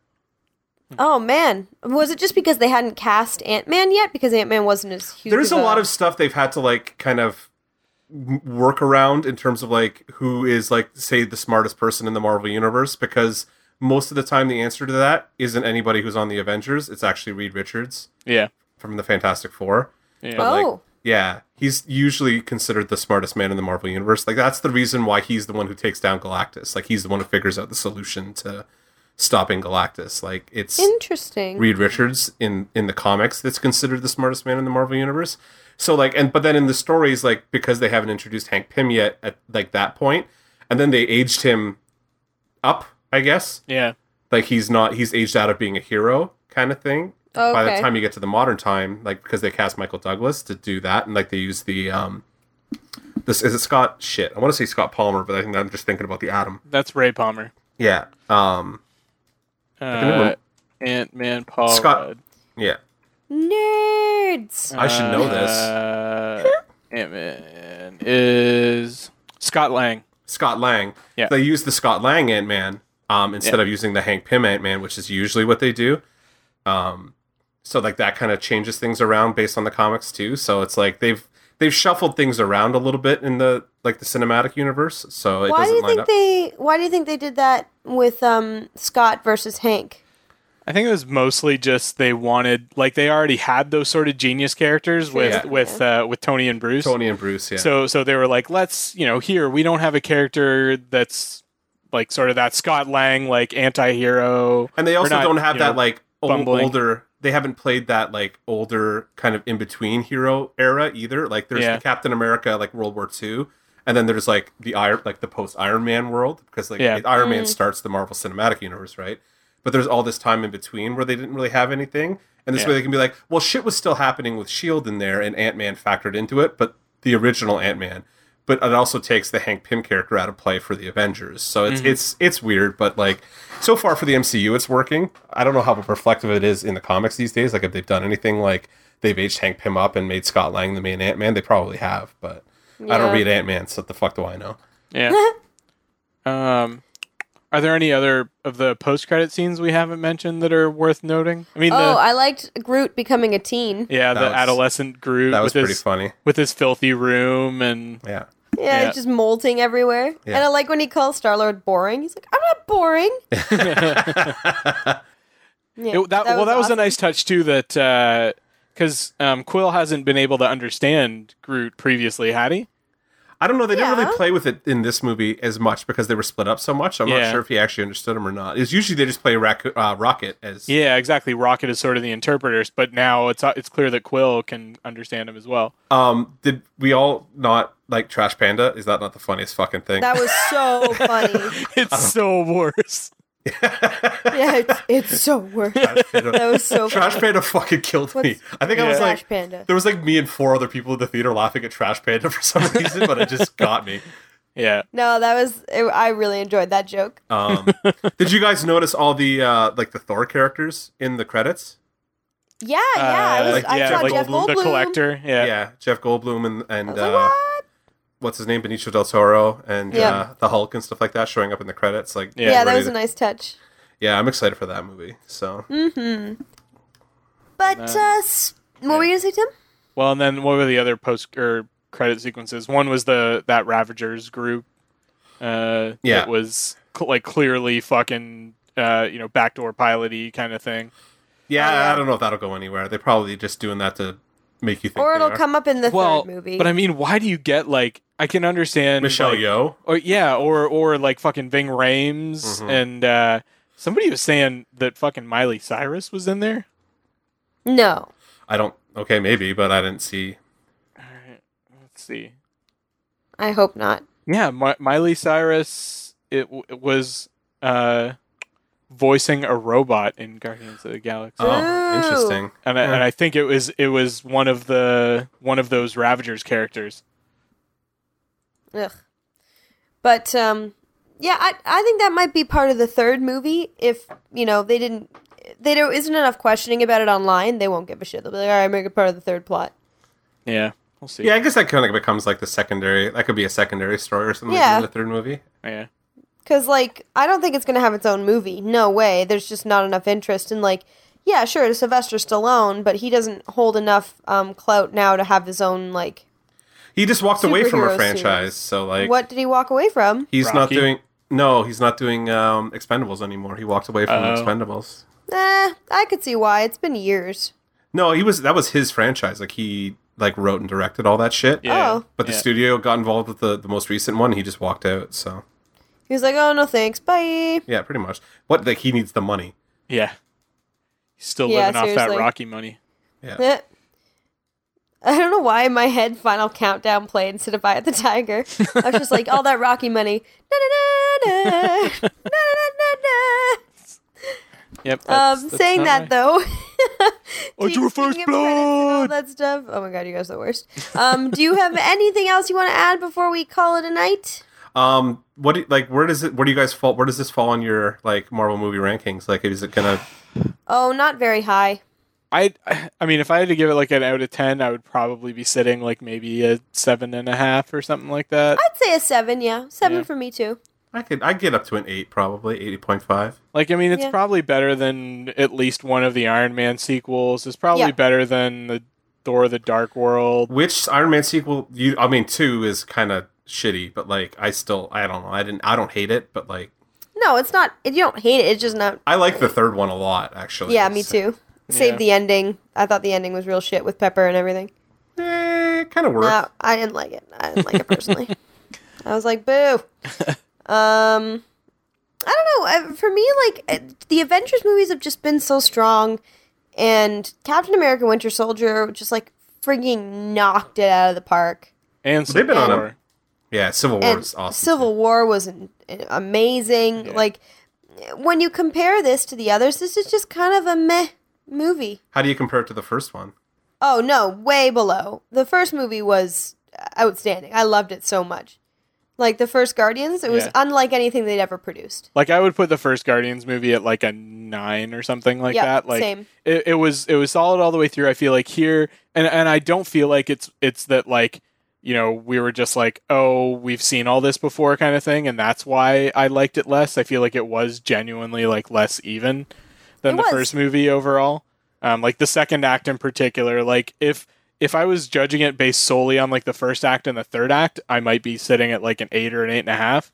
Oh man, was it just because they hadn't cast Ant Man yet? Because Ant Man wasn't as huge.
there's a
of
lot of stuff they've had to like kind of m- work around in terms of like who is like say the smartest person in the Marvel universe because most of the time the answer to that isn't anybody who's on the Avengers. It's actually Reed Richards
Yeah.
from the Fantastic Four.
Yeah.
But, like,
Oh.
yeah, he's usually considered the smartest man in the Marvel universe. Like that's the reason why he's the one who takes down Galactus. Like he's the one who figures out the solution to stopping Galactus. Like it's
interesting.
Reed Richards in in the comics that's considered the smartest man in the Marvel universe. So like and but then in the stories like because they haven't introduced Hank Pym yet at like that point and then they aged him up, I guess.
Yeah.
Like he's not he's aged out of being a hero kind of thing.
okay.
By the time you get to the modern time, like because they cast Michael Douglas to do that and like they use the um this is it Scott shit. I want to say Scott Palmer, but I think I'm just thinking about the Atom.
That's Ray Palmer.
Yeah. Um
Uh, Ant Man Paul
Scott-
Rudd.
yeah.
Nerds.
I should know this.
Uh, Ant Man is Scott Lang.
Scott Lang.
Yeah.
They use the Scott Lang Ant Man um, instead
Yeah.
of using the Hank Pym Ant Man, which is usually what they do. Um, so like that kind of changes things around based on the comics too. So it's like they've they've shuffled things around a little bit in the like the cinematic universe. So it
why do
doesn't
you
line
think
up.
they? Why do you think they did that with um, Scott versus Hank?
I think it was mostly just they wanted like they already had those sort of genius characters with
Yeah.
with uh, with Tony and Bruce.
Tony and Bruce, yeah.
So so they were like, let's you know, here we don't have a character that's like sort of that Scott Lang like anti-hero.
and they also
not,
don't have
you
that
know,
like ol-
bumbling.
older. They haven't played that like older kind of in between hero era either. Like there's
Yeah.
the Captain America like World War II, and then there's like the Iron like the post Iron Man world because like
Yeah.
it- Iron Man starts the Marvel Cinematic Universe, right? But there's all this time in between where they didn't really have anything, and this
Yeah.
way they can be like, well, shit was still happening with Shield E in there, and Ant Man factored into it, but the original Ant Man. But it also takes the Hank Pym character out of play for the Avengers, so it's it's it's weird. But like, so far for the MCU, it's working. I don't know how reflective it is in the comics these days. Like, if they've done anything like they've aged Hank Pym up and made Scott Lang the main Ant Man, they probably have. But I don't
Yeah.
read Ant Man, so what the fuck do I know?
Yeah. um, are there any other of the post-credit scenes we haven't mentioned that are worth noting? I mean,
Oh,
the,
I liked Groot becoming a teen.
yeah, the
That was-
adolescent Groot
That was
with
pretty
his
funny.
with his filthy room and
Yeah.
Yeah,
Yeah.
just molting everywhere.
Yeah.
And I like when he calls Star Lord boring. He's like, I'm not boring. Yeah,
It- that, well, that was a
awesome.
nice touch too. That because um, Quill hasn't been able to understand Groot previously, had he?
I don't know. They didn't
Yeah.
really play with it in this movie as much because they were split up so much. I'm
Yeah.
not sure if he actually understood him or not. It's usually they just play Rac- uh, Rocket as
Yeah, exactly. Rocket is sort of the interpreter, but now it's uh, it's clear that Quill can understand him as well.
Um, did we all not like Trash Panda? Is that not the funniest fucking thing?
That was so funny.
It's so worse.
Yeah, it's, it's so worth it.
Trash Panda-
That was so funny.
Trash Panda fucking killed me. I think I was
Yeah.
like,
Flash Panda.
there was like me and four other people in the theater laughing at Trash Panda for some reason, but it just got me.
Yeah.
No, that was. It, I really enjoyed that joke.
Um, did you guys notice all the uh, like the Thor characters in the credits?
Yeah, yeah. I, was,
Uh, like,
I
yeah,
saw
like
Jeff Goldblum.
uh, the collector. Yeah.
Yeah, Jeff Goldblum and
I
and
was like,
uh,
what?
what's his name, Benicio del Toro, and
Yeah.
uh, the Hulk and stuff like that showing up in the credits. Like,
Yeah,
Yeah, that
ready
was a
to-
nice touch.
yeah, I'm excited for that movie. So
Mm-hmm. But
And,
uh,
uh,
s- what were you gonna say, Tim?
Well, and then what were the other post or credit sequences? One was the that Ravagers group. Uh,
Yeah.
It was cl- like clearly fucking uh, you know backdoor piloty kind of thing.
yeah,
yeah.
I don't know if that'll go anywhere. They're probably just doing that to make you think.
Or
they
it'll
are.
come up in the
well,
third movie.
But I mean, why do you get like I can understand
Michelle
like,
Yeoh.
or yeah, or or like fucking Ving Rhames
Mhm.
and uh somebody was saying that fucking Miley Cyrus was in there.
no.
I don't. Okay, maybe, but I didn't see.
All right, let's see.
I hope not.
Yeah, Mi- Miley Cyrus it, w- it was uh voicing a robot in Guardians of the Galaxy.
Oh,
Ooh.
interesting.
And I,
yeah.
and I think it was it was one of the one of those Ravagers characters.
Ugh. But um, yeah, I I think that might be part of the third movie. If you know they didn't, they there isn't enough questioning about it online. They won't give a shit. They'll be like, all right, make it part of the third plot.
Yeah, we'll see.
Yeah, I guess that kind of becomes like the secondary. That could be a secondary story or something
Yeah.
in the third movie.
yeah.
Because, like, I don't think it's going to have its own movie. No way. There's just not enough interest. in like, yeah, sure, it's Sylvester Stallone, but he doesn't hold enough um, clout now to have his own, like,
He just walked away from
Superhero
her
series.
franchise, so like
what did he walk away from?
he's not
Rocky?
doing. No, he's not doing um, Expendables anymore. He walked away from
Oh.
Expendables.
Eh, I could see why. It's been years.
No, he was. That was his franchise. Like he like wrote and directed all that shit.
Yeah.
Oh.
But the
yeah.
studio got involved with the, the most recent one. He just walked out. So
He was like, oh, no thanks. Bye.
yeah, pretty much. What like he needs the money.
Yeah. He's still
Yeah,
living off that
seriously.
Rocky money.
Eh. I don't know why in my head Final Countdown played instead of Eye of the Tiger. I was just like, all that Rocky money. Na-na-na-na. Na-na-na-na-na.
Yep. that's-
Um,
that's
saying
not
that
right.
though.
I
do
drew
you-
first
speaking of credits and All
blood!
that stuff. Oh my god, you guys are the worst. Um, do you have anything else you want to add before we call it a night?
Um, what do, like where does it? Where do you guys fall? Where does this fall on your like Marvel movie rankings? Like, is it gonna?
Oh, not very high.
I I mean, if I had to give it like an out of ten, I would probably be sitting like maybe a seven and a half or something like that.
I'd say a seven. Yeah, seven
Yeah.
for me too.
I could. I get up to an eight, probably eighty point five.
Like, I mean, it's
Yeah.
probably better than at least one of the Iron Man sequels. It's probably
Yeah.
better than the Thor: The Dark World.
Which Iron Man sequel? You, I mean, two is kind of shitty, but like, I still, I don't know. I didn't. I don't hate it, but like,
No, it's not. You don't hate it. It's just not.
I like the third one a lot, actually.
Yeah, me
So-
too. Save
Yeah.
the ending. I thought the ending was real shit with Pepper and everything.
Eh, kind of worked.
No, Uh, I didn't like it. I didn't like it personally. I was like, boo. Um, I don't know. I- For me, like uh, the Avengers movies have just been so strong, and Captain America: Winter Soldier just like freaking knocked it out of the park.
And
They've been on
Civil
a-
War.
Yeah, Civil War
And
is awesome.
Civil War was an, an amazing.
Yeah.
Like when you compare this to the others, this is just kind of a meh movie.
How do you compare it to the first one?
Oh no, way below. The first movie was outstanding. I loved it so much. Like the first Guardians, it was
Yeah.
unlike anything they'd ever produced.
Like, I would put the first Guardians movie at like a nine or something like
yeah,
that. Like,
same.
it, it was it was solid all the way through. I feel like here, and and I don't feel like it's it's that like y- you know, we were just like, oh, we've seen all this before kind of thing. And that's why I liked it less. I feel like it was genuinely like less even than
It
the
was.
first movie overall. Um, like the second act in particular, like if if I was judging it based solely on like the first act and the third act, I might be sitting at like an eight or an eight and a half.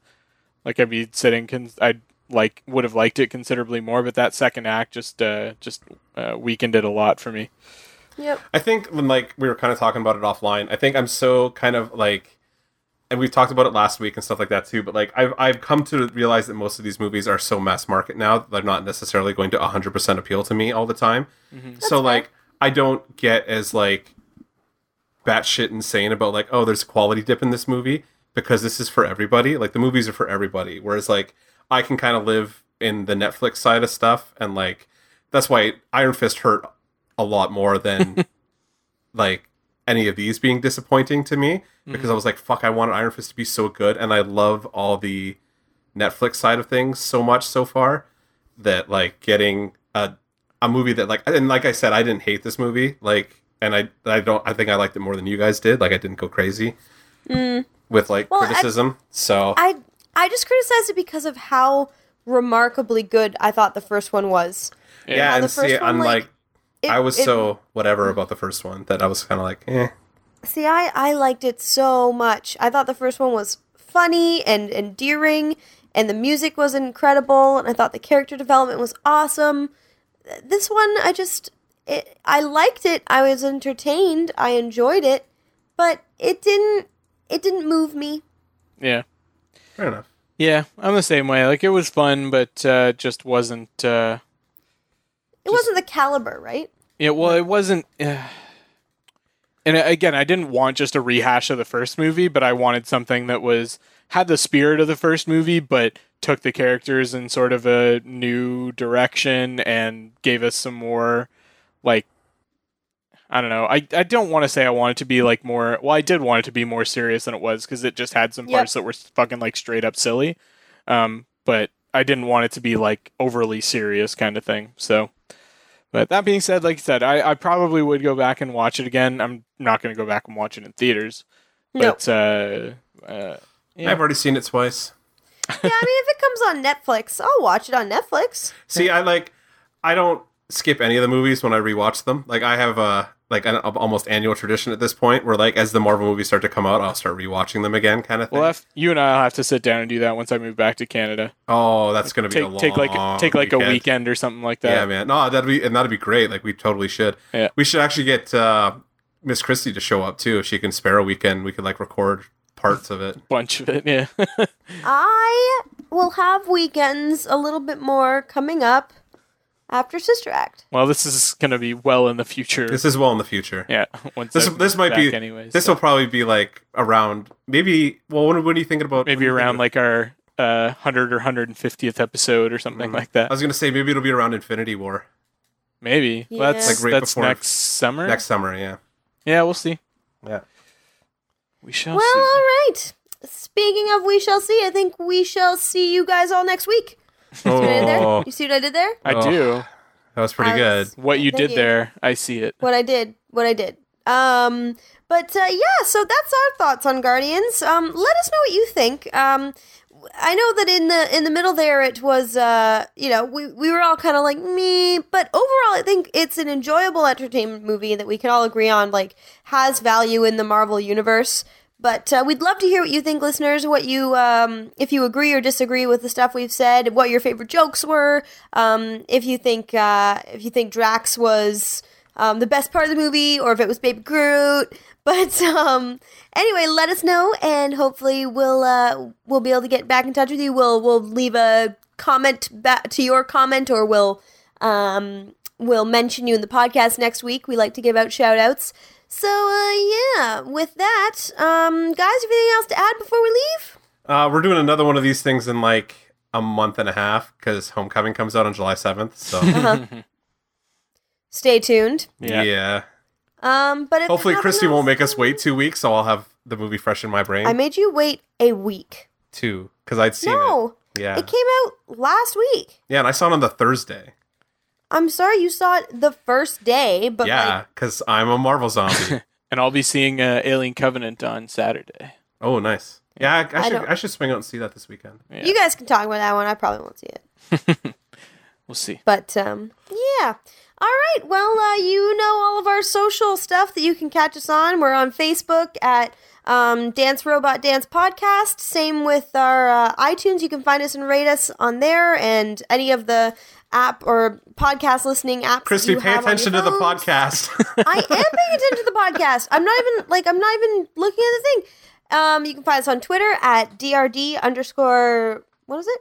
Like I'd be sitting, con- I like would have liked it considerably more, but that second act just uh, just uh, weakened it a lot for me.
Yep.
I think when like we were kind of talking about it offline, I think I'm so kind of like, and we've talked about it last week and stuff like that too. But like I've I've come to realize that most of these movies are so mass market now that they're not necessarily going to 100 percent appeal to me all the time. So like I don't get as like batshit insane about like oh there's quality dip in this movie because this is for everybody. Like the movies are for everybody. Whereas like I can kind of live in the Netflix side of stuff and like that's why Iron Fist hurt a lot more than like any of these being disappointing to me
Mm-hmm.
because I was like, fuck, I wanted Iron Fist to be so good, and I love all the Netflix side of things so much so far that like getting a a movie that like and like I said, I didn't hate this movie like, and I I don't I think I liked it more than you guys did. Like I didn't go crazy with like
Mm. Well, I-
criticism. so
I I just criticized it because of how remarkably good I thought the first one was.
yeah,
Well, the
and see,
first one,
I'm
like,
like.
It-
I was
it-
so whatever about the first one that I was kind of like, eh.
See, I, I liked it so much. I thought the first one was funny and endearing, and the music was incredible, and I thought the character development was awesome. Th- This one, I just, it, I liked it. I was entertained. I enjoyed it, but it didn't, it didn't move me.
Yeah.
Fair enough.
Yeah, I'm the same way. Like it was fun, but uh, just wasn't. Uh,
It wasn't the caliber, right?
yeah, well, it wasn't. Uh, and again, I didn't want just a rehash of the first movie, but I wanted something that was had the spirit of the first movie, but took the characters in sort of a new direction and gave us some more, like, I don't know. I, I don't want to say I want it to be like more. Well, I did want it to be more serious than it was because it just had some
Yep.
parts that were fucking like straight up silly. Um, but I didn't want it to be like overly serious kind of thing. So, but that being said, like I said, I, I probably would go back and watch it again. I'm not going to go back and watch it in theaters.
No.
But uh, uh, yeah.
I've already seen it twice.
yeah, I mean, if it comes on Netflix, I'll watch it on Netflix.
See, I like I don't skip any of the movies when I rewatch them. Like I have a like an al- almost annual tradition at this point where like as the Marvel movies start to come out, I'll start rewatching them again kind of thing.
Well, if, you and I'll have to sit down and do that once I move back to Canada.
oh, that's going to be a
Take
long
take like take like a weekend or something like
Yeah,
that.
man. No, that'd be and that'd be great. Like we totally should.
Yeah.
We should actually get uh Miss Christie to show up too if she can spare a weekend. We could like record parts of it.
Bunch of it, yeah.
I will have weekends a little bit more coming up after Sister Act.
well, this is gonna be well in the future.
This is well in the future.
yeah. Once
This
I
this
move
might be
back anyways.
this
so
will probably be like around maybe well when, when are you thinking about
maybe
when are you thinking
around
about-
like our uh, hundred or hundred and fiftieth episode or something like that.
I was gonna say maybe it'll be around Infinity War
Maybe.
Yeah.
Well, that's
Like right
that's
before-
next summer.
next summer. Yeah. Oh,
Yeah, we'll see.
Yeah.
We shall
Well, all
see.
right. Speaking of we shall see, I think we shall see you guys all next week. See what I did there?
Oh,
You see what I did there? Uh,
I
Oh.
do.
that was pretty
I
good.
was-
What you
Thank
did
you.
there, I see it.
What I did. What I did. Um but uh, yeah, so that's our thoughts on Guardians. Um let us know what you think. Um I know that in the in the middle there it was uh you know we we were all kind of like me but overall I think it's an enjoyable entertainment movie that we can all agree on like has value in the Marvel universe but uh, we'd love to hear what you think listeners what you um if you agree or disagree with the stuff we've said what your favorite jokes were um if you think uh if you think Drax was um, the best part of the movie or if it was Baby Groot. But um, anyway, let us know, and hopefully we'll uh, we'll be able to get back in touch with you. We'll we'll leave a comment back to your comment, or we'll um, we'll mention you in the podcast next week. We like to give out shout outs. So uh, yeah, with that, um, guys, anything else to add before we leave?
Uh, we're doing another one of these things in like a month and a half because Homecoming comes out on July seventh. So
Uh-huh. Stay tuned.
Yeah.
yeah.
Um, but if
Hopefully
nothing
Christy won't
else-
make us wait two weeks, so I'll have the movie fresh in my brain
I made you wait a week.
too because I'd seen
No,
it. Yeah.
it came out last week.
yeah, and I saw it on the Thursday.
I'm sorry you saw it the first day, but
yeah, because I'm a Marvel zombie.
and I'll be seeing uh, Alien Covenant on Saturday.
Oh, nice. Yeah, I, I
I
should
don't-
I should swing out and see that this weekend.
Yeah.
You guys can talk about that one. I probably won't see it.
We'll see.
But um, yeah. All right. Well, uh, you know all of our social stuff that you can catch us on. We're on Facebook at um, Dance Robot Dance Podcast. Same with our uh, iTunes. You can find us and rate us on there and any of the app or podcast listening apps. that
Christy,
you
pay
have on your
attention to the
phones.
podcast.
I am paying attention to the podcast. I'm not even like I'm not even looking at the thing. Um, you can find us on Twitter at drd underscore. What is it?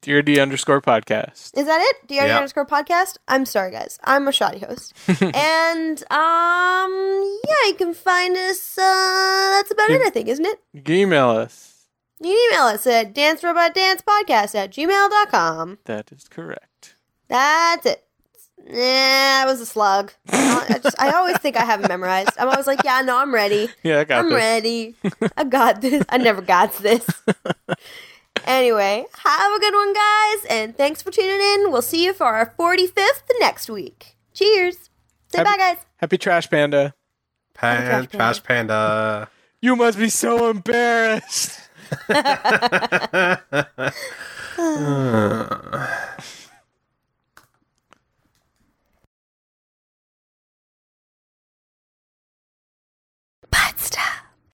Dear D underscore podcast.
Is that it? DRD
Yeah.
underscore podcast? I'm sorry, guys. I'm a shoddy host. and um, yeah, you can find us. Uh, that's about it, I think, isn't it?
Email us.
You can email us at dancerobotdancepodcast at gmail.com.
That is correct.
That's it. Nah, that was a slug. I, just, I always think I haven't memorized. I'm always like, yeah, no, I'm ready.
Yeah, I got
I'm
this.
ready. I got this. I never got this. anyway, have a good one, guys, and thanks for tuning in. We'll see you for our 45th next week. Cheers. Say
Happy-
bye, guys.
Happy Trash Panda.
Pan,
Trash Panda.
trash panda.
You must be so embarrassed.
Uh.